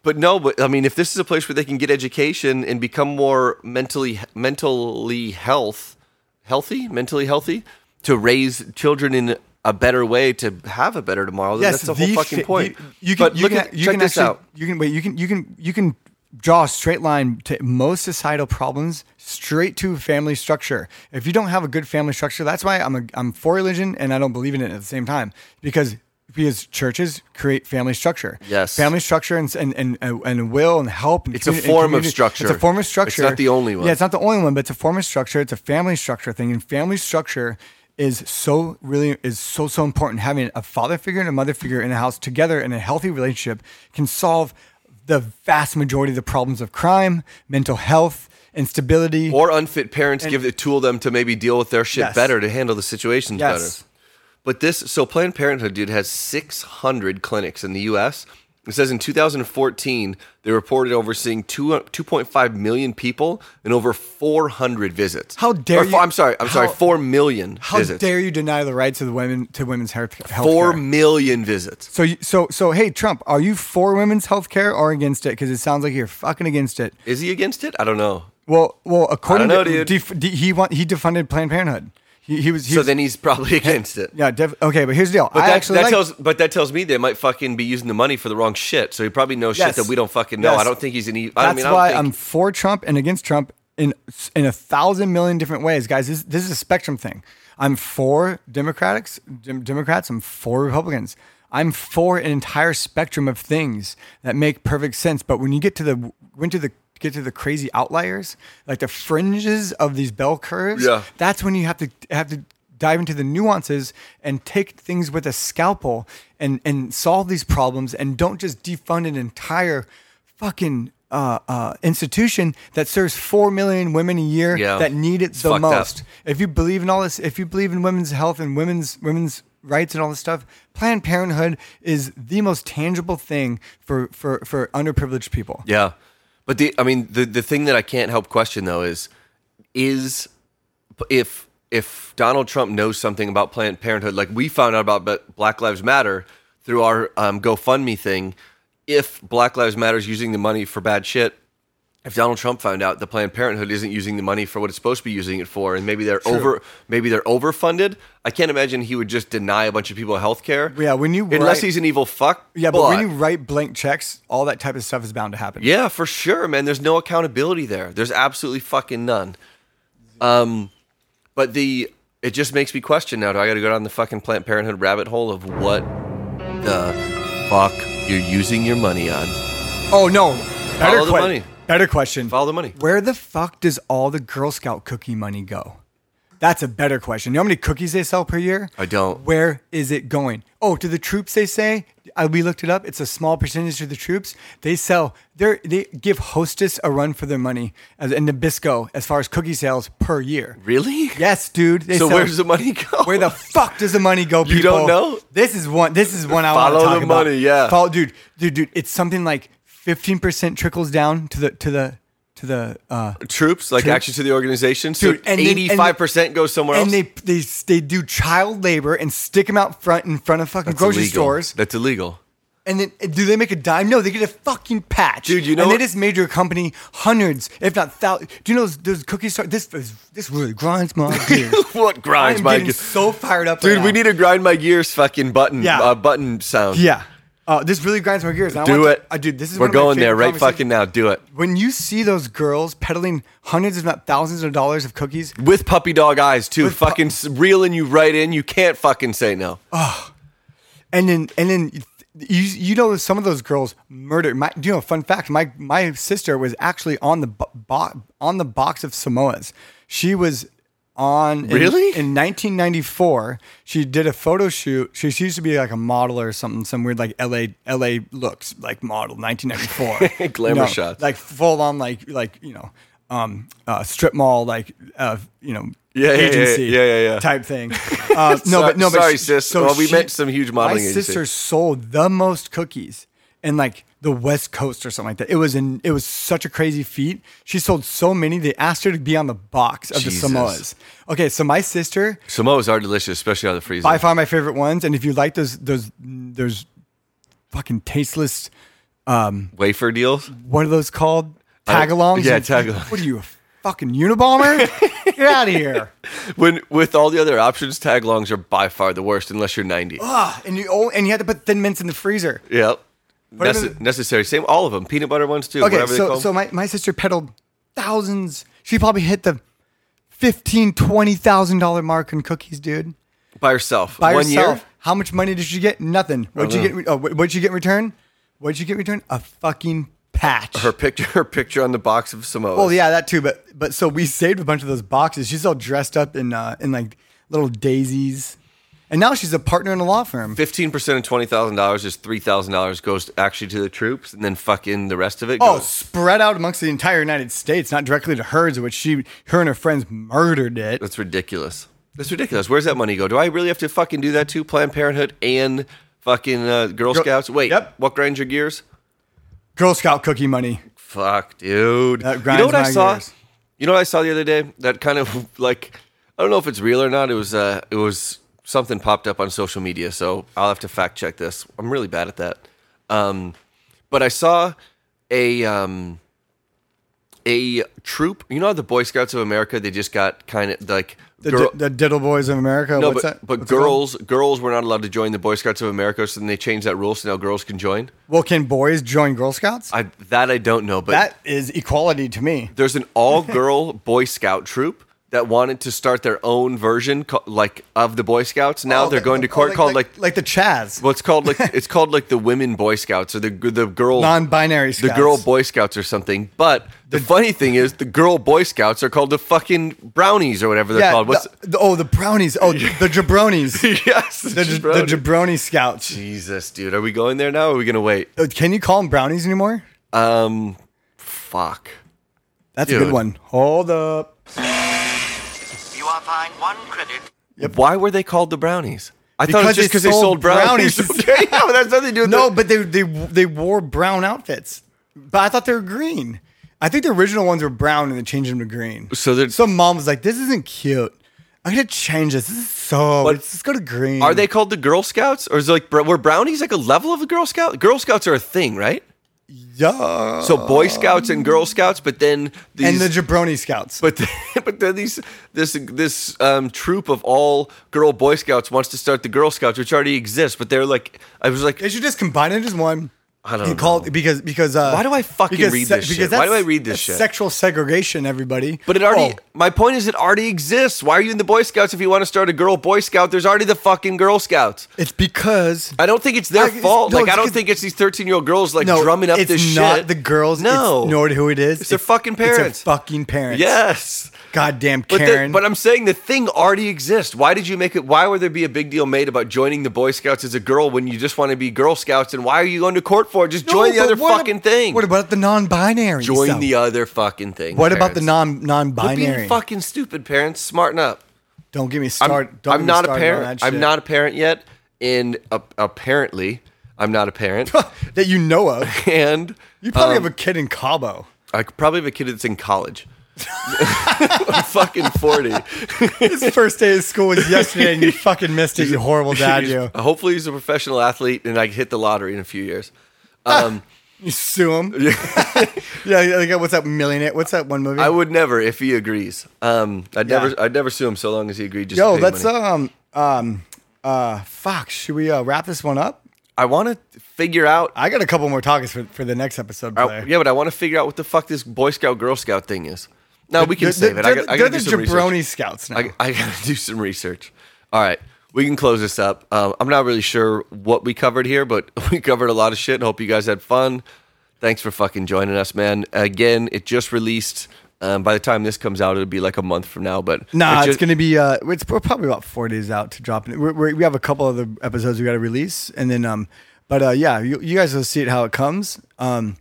Speaker 6: But no, but I mean, if this is a place where they can get education and become more mentally mentally health healthy, mentally healthy, to raise children in a better way to have a better tomorrow, then that's the whole fucking
Speaker 5: fi-
Speaker 6: point.
Speaker 5: You, you can,
Speaker 6: but
Speaker 5: you
Speaker 6: look
Speaker 5: can,
Speaker 6: at
Speaker 5: you
Speaker 6: check
Speaker 5: can
Speaker 6: this
Speaker 5: actually,
Speaker 6: out.
Speaker 5: You can wait. You can you can you can draw a straight line to most societal problems straight to family structure. If you don't have a good family structure, that's why I'm a, I'm for religion and I don't believe in it at the same time because. Because churches create family structure.
Speaker 6: Yes.
Speaker 5: Family structure and and, and, and will and help. And
Speaker 6: It's a
Speaker 5: communi- and
Speaker 6: form of
Speaker 5: community-
Speaker 6: structure.
Speaker 5: It's a form of
Speaker 6: It's
Speaker 5: structure.
Speaker 6: not the only one.
Speaker 5: Yeah, it's not the only one, but it's a form of structure. It's a family structure thing, and family structure is so really is so so important. Having a father figure and a mother figure in the house together in a healthy relationship can solve the vast majority of the problems of crime, mental health, instability.
Speaker 6: Or unfit parents give the tool them to maybe deal with their shit
Speaker 5: Yes.
Speaker 6: better to handle the situations
Speaker 5: yes,
Speaker 6: better. But this, so Planned Parenthood, dude, has 600 clinics in the U.S. It says in 2014, they reported overseeing two, 2.5 million people and over 400 visits.
Speaker 5: How dare
Speaker 6: Or four-
Speaker 5: you-
Speaker 6: I'm sorry, I'm sorry,
Speaker 5: how-
Speaker 6: 4 million
Speaker 5: how
Speaker 6: visits.
Speaker 5: dare you deny the rights of the women to women's health? healthcare?
Speaker 6: 4 million visits.
Speaker 5: So you, so so hey Trump, are you for women's health care or against it? Because it sounds like you're fucking against it.
Speaker 6: Is he against it? I don't know.
Speaker 5: Well, well, according
Speaker 6: know,
Speaker 5: to
Speaker 6: dude.
Speaker 5: def- de- he want, he defunded Planned Parenthood. He, he was he
Speaker 6: So
Speaker 5: was-
Speaker 6: then he's probably against it.
Speaker 5: Yeah, def- okay, but here's the deal.
Speaker 6: But
Speaker 5: I
Speaker 6: that,
Speaker 5: actually
Speaker 6: that
Speaker 5: like,
Speaker 6: tells, but that tells me they might fucking be using the money for the wrong shit. So he probably knows shit
Speaker 5: Yes.
Speaker 6: that we don't fucking know. I
Speaker 5: Yes.
Speaker 6: don't think he's any. I
Speaker 5: that's
Speaker 6: mean,
Speaker 5: why
Speaker 6: I don't
Speaker 5: I'm
Speaker 6: think,
Speaker 5: for Trump and against Trump in in a thousand million different ways, guys. This this is a spectrum thing. I'm for Democrats, Dem- Democrats. I'm for Republicans. I'm for an entire spectrum of things that make perfect sense. But when you get to the when to the get to the crazy outliers, like the fringes of these bell curves,
Speaker 6: Yeah.
Speaker 5: that's when you have to have to dive into the nuances and take things with a scalpel and and solve these problems and don't just defund an entire fucking uh, uh, institution that serves four million women a year
Speaker 6: Yeah.
Speaker 5: that need it
Speaker 6: It's
Speaker 5: the
Speaker 6: fucked up.
Speaker 5: most. If you believe in all this, if you believe in women's health and women's women's rights and all this stuff, Planned Parenthood is the most tangible thing for for for underprivileged people.
Speaker 6: Yeah. But the I mean the the thing that I can't help question though is is if if Donald Trump knows something about Planned Parenthood, like we found out about Ba- Black Lives Matter through our um, GoFundMe thing, if Black Lives Matter is using the money for bad shit, if Donald Trump found out that Planned Parenthood isn't using the money for what it's supposed to be using it for, and maybe they're over maybe they're overfunded, I can't imagine he would just deny a bunch of people health care.
Speaker 5: Yeah, when you
Speaker 6: unless
Speaker 5: write-
Speaker 6: he's an evil fuck.
Speaker 5: Yeah, but, when you write blank checks, all that type of stuff is bound to happen.
Speaker 6: yeah, for sure, man. There's no accountability there. There's absolutely fucking none. Um, but the it just makes me question now. Do I got to go down the fucking Plant Parenthood rabbit hole of what the fuck you're using your money on?
Speaker 5: Oh no! Better
Speaker 6: Follow the
Speaker 5: que-
Speaker 6: money.
Speaker 5: Better question.
Speaker 6: Follow the money.
Speaker 5: Where the fuck does all the Girl Scout cookie money go? That's a better question. You know how many cookies they sell per year?
Speaker 6: I don't.
Speaker 5: Where is it going? Oh, to the troops they say. I, we looked it up. It's a small percentage to the troops. They sell. They they give Hostess a run for their money as and Nabisco as far as cookie sales per year.
Speaker 6: Really?
Speaker 5: Yes, dude. They
Speaker 6: So
Speaker 5: sell-
Speaker 6: where's the money go?
Speaker 5: Where the fuck does the money go? People?
Speaker 6: You don't know?
Speaker 5: This is one. This is one I want to
Speaker 6: Follow
Speaker 5: talk
Speaker 6: the
Speaker 5: about.
Speaker 6: money, yeah.
Speaker 5: Follow, dude, dude, dude. It's something like fifteen percent trickles down to the to the to the uh,
Speaker 6: troops like
Speaker 5: Troops.
Speaker 6: actually to the organization. So
Speaker 5: dude. And they- and they-
Speaker 6: eighty-five percent goes somewhere
Speaker 5: and
Speaker 6: else.
Speaker 5: they they they do child labor and stick them out front in front of fucking
Speaker 6: That's
Speaker 5: grocery
Speaker 6: illegal.
Speaker 5: stores.
Speaker 6: That's illegal.
Speaker 5: And then do they make a dime? No, they get a fucking patch,
Speaker 6: Dude, you know
Speaker 5: And
Speaker 6: what-
Speaker 5: they just made your company hundreds, if not thousands. Do you know those, those cookie stars? This is- this really grinds my gears.
Speaker 6: What
Speaker 5: I
Speaker 6: grinds
Speaker 5: am
Speaker 6: my
Speaker 5: getting
Speaker 6: ge-
Speaker 5: so fired up,
Speaker 6: Dude,
Speaker 5: right
Speaker 6: we
Speaker 5: now.
Speaker 6: need to grind my gears fucking button
Speaker 5: Yeah.
Speaker 6: uh, button sound.
Speaker 5: Yeah, uh, this really grinds my gears. and I
Speaker 6: Do
Speaker 5: want
Speaker 6: it.
Speaker 5: to- I dude. This is
Speaker 6: We're
Speaker 5: one of my
Speaker 6: going there
Speaker 5: favorite
Speaker 6: right
Speaker 5: conversations.
Speaker 6: fucking now. Do it.
Speaker 5: When you see those girls peddling hundreds, if not thousands, of dollars of cookies,
Speaker 6: With puppy dog eyes too.
Speaker 5: With pu- Oh.
Speaker 6: fucking s reeling you right in. You can't fucking say no.
Speaker 5: and then and then you you know some of those girls murder. My do you know fun fact? My my sister was actually on the bo- bo- on the box of Samoas. She was on in-
Speaker 6: Really?
Speaker 5: in 1994. She did a photo shoot. She, she used to be like a model or something, some weird like LA LA looks like model 1994
Speaker 6: Glamour shots.
Speaker 5: like full on like like you know. Um, uh, strip mall, like, uh, you know,
Speaker 6: Yeah, yeah, yeah,
Speaker 5: agency
Speaker 6: yeah, yeah, yeah.
Speaker 5: type thing. Uh, no, but no, but
Speaker 6: Sorry,
Speaker 5: she-
Speaker 6: sis. Well, we met some huge modeling
Speaker 5: My
Speaker 6: agency.
Speaker 5: sister sold the most cookies in like the West Coast or something like that. It was in it was such a crazy feat. She sold so many they asked her to be on the box of
Speaker 6: Jesus.
Speaker 5: the Samoas. Okay, so my sister,
Speaker 6: Samoas are delicious, especially out of the freezer.
Speaker 5: by far my favorite ones. And if you like those those those fucking tasteless,
Speaker 6: Wafer deals.
Speaker 5: what are those called?
Speaker 6: I don't-
Speaker 5: Tagalongs?
Speaker 6: yeah,
Speaker 5: You-
Speaker 6: tagalongs.
Speaker 5: What are you, a fucking Unabomber? Get out of here.
Speaker 6: When with all the other options, tagalongs are by far the worst unless you're 90.
Speaker 5: Ah, and you oh, and you had to put thin mints in the freezer.
Speaker 6: Yep.
Speaker 5: Put 'em
Speaker 6: Nece-
Speaker 5: in-
Speaker 6: necessary. Same, all of them. Peanut butter ones too.
Speaker 5: Okay,
Speaker 6: whatever they
Speaker 5: so
Speaker 6: call
Speaker 5: so my, my sister peddled thousands. She probably hit the fifteen, twenty thousand dollar mark in cookies, dude.
Speaker 6: by herself.
Speaker 5: By
Speaker 6: One
Speaker 5: herself.
Speaker 6: year.
Speaker 5: How much money did she get? Nothing. What'd you
Speaker 6: no.
Speaker 5: get? re- Oh, wh- what'd you get in return? What'd you get in return? A fucking patch.
Speaker 6: Her picture. Her picture on the box of Samoas.
Speaker 5: well, yeah, that too. But but so we saved a bunch of those boxes. She's all dressed up in uh, in like little daisies, and now she's a partner in a law firm.
Speaker 6: Fifteen percent of twenty thousand dollars is three thousand dollars goes actually to the troops, and then fucking the rest of it.
Speaker 5: Oh,
Speaker 6: goes.
Speaker 5: spread out amongst the entire United States, not directly to hers, which she, her and her friends murdered it.
Speaker 6: that's ridiculous. That's ridiculous. Where's that money go? Do I really have to fucking do that too? Planned Parenthood and fucking uh, Girl
Speaker 5: Girl-
Speaker 6: Scouts. Wait,
Speaker 5: Yep.
Speaker 6: what grinds your gears?
Speaker 5: Girl Scout cookie money.
Speaker 6: Fuck, dude.
Speaker 5: That
Speaker 6: you know what
Speaker 5: grinds
Speaker 6: I
Speaker 5: my
Speaker 6: saw?
Speaker 5: gears.
Speaker 6: You know what I saw the other day? That kind of like I don't know if it's real or not. It was uh it was something popped up on social media, so I'll have to fact check this. I'm really bad at that. Um but I saw a um a troop. You know how the Boy Scouts of America they just got kind of like
Speaker 5: The,
Speaker 6: girl-
Speaker 5: di- the Diddle Boys of America.
Speaker 6: no,
Speaker 5: Oh, What's
Speaker 6: but,
Speaker 5: that?
Speaker 6: but
Speaker 5: What's it called?
Speaker 6: girls girls were not allowed to join the Boy Scouts of America, so then they changed that rule, so now girls can join.
Speaker 5: Well, can boys join Girl Scouts?
Speaker 6: I that I don't know, but
Speaker 5: that is equality to me.
Speaker 6: there's an all-girl Boy Scout troop that wanted to start their own version, co- like of the Boy Scouts. Now
Speaker 5: Oh,
Speaker 6: they're
Speaker 5: like-
Speaker 6: going to
Speaker 5: oh,
Speaker 6: court called like,
Speaker 5: like like the Chaz,
Speaker 6: what's called like it's called like the women Boy Scouts or the the girl
Speaker 5: non-binary
Speaker 6: the
Speaker 5: Scouts.
Speaker 6: girl Boy Scouts or something. But the, funny thing is, the girl Boy Scouts are called the fucking brownies or whatever they're
Speaker 5: yeah,
Speaker 6: called. What's
Speaker 5: the- the- oh, the brownies. Oh, the jabronis.
Speaker 6: yes,
Speaker 5: The, j- the jabroni Scouts.
Speaker 6: Jesus, dude, are we going there now? or Are we gonna wait?
Speaker 5: Uh, Can you call them brownies anymore?
Speaker 6: Um, fuck.
Speaker 5: That's a
Speaker 6: Dude.
Speaker 5: good one. Hold up.
Speaker 9: You are fined one credit.
Speaker 6: Why were they called the brownies? I thought it was
Speaker 5: Because
Speaker 6: just
Speaker 5: they
Speaker 6: because they
Speaker 5: sold
Speaker 6: sold brownies.
Speaker 5: brownies.
Speaker 6: okay, yeah, but that's nothing to do with
Speaker 5: No,
Speaker 6: the-
Speaker 5: but they they they wore brown outfits. But I thought they were green. I think the original ones were brown and they changed them to green.
Speaker 6: So they're-
Speaker 5: some mom was like, "This isn't cute. I'm gonna change this. This is so.
Speaker 6: But
Speaker 5: let's just go to green."
Speaker 6: Are they called the Girl Scouts, or is it like br- were brownies like a level of a Girl Scout? Girl Scouts are a thing, right?
Speaker 5: Yeah.
Speaker 6: So Boy Scouts and Girl Scouts, but then these,
Speaker 5: Uh, and the Jabroni Scouts.
Speaker 6: but then, but then these this this um, troop of all girl Boy Scouts wants to start the Girl Scouts, which already exists. But they're like, I was like,
Speaker 5: they should just combine it as one.
Speaker 6: I don't
Speaker 5: and call
Speaker 6: know.
Speaker 5: it because because uh,
Speaker 6: Why do I fucking read this shit? Why
Speaker 5: that's-
Speaker 6: do I read this
Speaker 5: that's
Speaker 6: shit?
Speaker 5: Sexual segregation, everybody.
Speaker 6: but it already.
Speaker 5: Oh,
Speaker 6: My point is, it already exists. Why are you in the Boy Scouts if you want to start a girl Boy Scout? There's already the fucking Girl Scouts.
Speaker 5: it's because
Speaker 6: I don't think it's their
Speaker 5: I- it's-
Speaker 6: fault.
Speaker 5: no,
Speaker 6: like I
Speaker 5: it's
Speaker 6: don't
Speaker 5: 'cause-
Speaker 6: think it's these thirteen-year-old girls like
Speaker 5: no,
Speaker 6: drumming up
Speaker 5: it's
Speaker 6: this
Speaker 5: not
Speaker 6: shit.
Speaker 5: the girls.
Speaker 6: No,
Speaker 5: it's, you know who it is.
Speaker 6: It's their fucking parents.
Speaker 5: It's their fucking parents.
Speaker 6: Yes.
Speaker 5: Goddamn
Speaker 6: But, the-
Speaker 5: Karen.
Speaker 6: but I'm saying the thing already exists. Why did you make it? Why would there be a big deal made about joining the Boy Scouts as a girl when you just want to be Girl Scouts? And why are you going to court for it? Just join
Speaker 5: No,
Speaker 6: the
Speaker 5: but
Speaker 6: other
Speaker 5: what ab-
Speaker 6: fucking thing.
Speaker 5: What about the non-binary?
Speaker 6: join
Speaker 5: stuff?
Speaker 6: the other fucking thing?
Speaker 5: What about the
Speaker 6: parents.
Speaker 5: non
Speaker 6: Quit being
Speaker 5: non-binary?
Speaker 6: fucking stupid parents? Smarten up.
Speaker 5: Don't get me
Speaker 6: I'm,
Speaker 5: started. Don't
Speaker 6: I'm
Speaker 5: get me
Speaker 6: not a
Speaker 5: started on
Speaker 6: parent.
Speaker 5: that
Speaker 6: I'm
Speaker 5: shit.
Speaker 6: not a parent yet, and uh, apparently I'm not a parent.
Speaker 5: that you know of.
Speaker 6: and
Speaker 5: You probably
Speaker 6: um,
Speaker 5: have a kid in Cabo.
Speaker 6: I could probably have a kid that's in college. I'm fucking 40.
Speaker 5: His first day of school was yesterday, and you fucking missed it. You horrible dad,
Speaker 6: He's-
Speaker 5: you.
Speaker 6: Hopefully, he's a professional athlete and I hit the lottery in a few years. Um,
Speaker 5: You sue him. Yeah, yeah. Like, what's that millionaire? What's that one movie?
Speaker 6: I would never if he agrees. Um, I'd
Speaker 5: Yeah.
Speaker 6: never, I'd never sue him so long as he agreed. Just
Speaker 5: Yo,
Speaker 6: to pay
Speaker 5: let's
Speaker 6: money.
Speaker 5: um um uh fuck. Should we uh, wrap this one up?
Speaker 6: I want to figure out.
Speaker 5: I got a couple more topics for, for the next episode.
Speaker 6: I-
Speaker 5: player.
Speaker 6: Uh, yeah, but I want to figure out what the fuck this Boy Scout Girl Scout thing is. No, we can
Speaker 5: They're-
Speaker 6: save it. I
Speaker 5: They're,
Speaker 6: got, I
Speaker 5: they're
Speaker 6: gotta
Speaker 5: the
Speaker 6: do some
Speaker 5: jabroni
Speaker 6: research.
Speaker 5: scouts now.
Speaker 6: I, I gotta do some research. All right, we can close this up. Um, I'm not really sure what we covered here, but we covered a lot of shit. Hope you guys had fun. Thanks for fucking joining us, man. Again, it just released. Um, by the time this comes out, it'll be like a month from now. But
Speaker 5: Nah,
Speaker 6: it
Speaker 5: it's
Speaker 6: just-
Speaker 5: gonna be. Uh, it's we're probably about four days out to drop. it. We're, we're, we have a couple other episodes we got to release, and then um, but uh, yeah, you, you guys will see it how it comes. Um,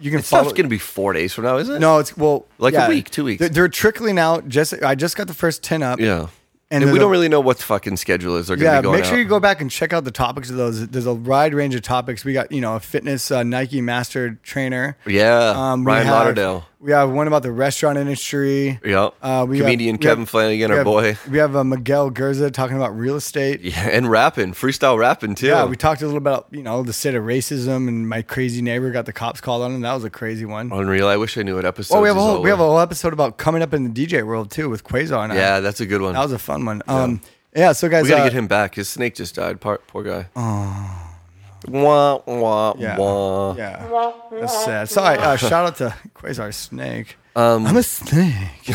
Speaker 5: you can follow.
Speaker 6: stuff's gonna be four days from now, isn't it?
Speaker 5: no, it's well,
Speaker 6: Like a
Speaker 5: yeah.
Speaker 6: week, two weeks.
Speaker 5: They're, they're trickling out. Just I just got the first ten up.
Speaker 6: Yeah.
Speaker 5: And
Speaker 6: And,
Speaker 5: then
Speaker 6: we
Speaker 5: the-
Speaker 6: don't really know what the fucking schedule is. They're gonna
Speaker 5: Yeah,
Speaker 6: be going
Speaker 5: make sure
Speaker 6: out.
Speaker 5: you go back and check out the topics of those. There's a wide range of topics. We got, you know, a fitness uh, Nike master trainer. Um,
Speaker 6: Yeah,
Speaker 5: we
Speaker 6: Ryan
Speaker 5: have-
Speaker 6: Lauderdale.
Speaker 5: We have one about the restaurant industry.
Speaker 6: Yeah.
Speaker 5: Uh, we
Speaker 6: Comedian
Speaker 5: we
Speaker 6: Kevin Flanagan,
Speaker 5: we
Speaker 6: our
Speaker 5: have-
Speaker 6: boy.
Speaker 5: We have uh, Miguel Gerza talking about real estate. Yeah.
Speaker 6: Yeah, and rapping, freestyle rapping too.
Speaker 5: we talked a little about you know the state of racism and my crazy neighbor got the cops called on him. That was a crazy one. Oh,
Speaker 6: Unreal. I wish I knew what episode.
Speaker 5: we have a whole we have a whole episode about coming up in the DJ world too with Quasar and I.
Speaker 6: Yeah, that's a good one.
Speaker 5: that was a fun one. Um, yeah, so guys,
Speaker 6: we gotta
Speaker 5: uh,
Speaker 6: get him back. His snake just died. Poor, poor guy. Oh. Wah wah
Speaker 5: Yeah.
Speaker 6: wah.
Speaker 5: Yeah. That's sad. So I, uh, shout out to Quasar Snake. I'm a snake.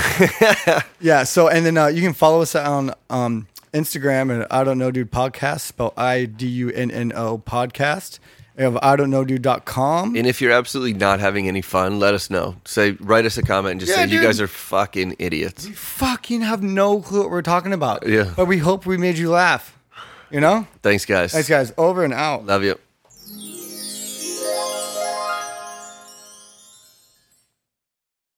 Speaker 5: yeah. So, and then uh, you can follow us on um, Instagram at I Don't Know Dude Podcast, spelled I D U N N O podcast. We have I Don't Know Dude.com.
Speaker 6: And if you're absolutely not having any fun, let us know. Say, write us a comment and just
Speaker 5: Yeah,
Speaker 6: say you
Speaker 5: dude.
Speaker 6: guys are fucking idiots.
Speaker 5: Fucking have no clue what we're talking about.
Speaker 6: Yeah.
Speaker 5: But we hope we made you laugh. You know?
Speaker 6: Thanks, guys.
Speaker 5: Thanks, guys. Over and out.
Speaker 6: Love you.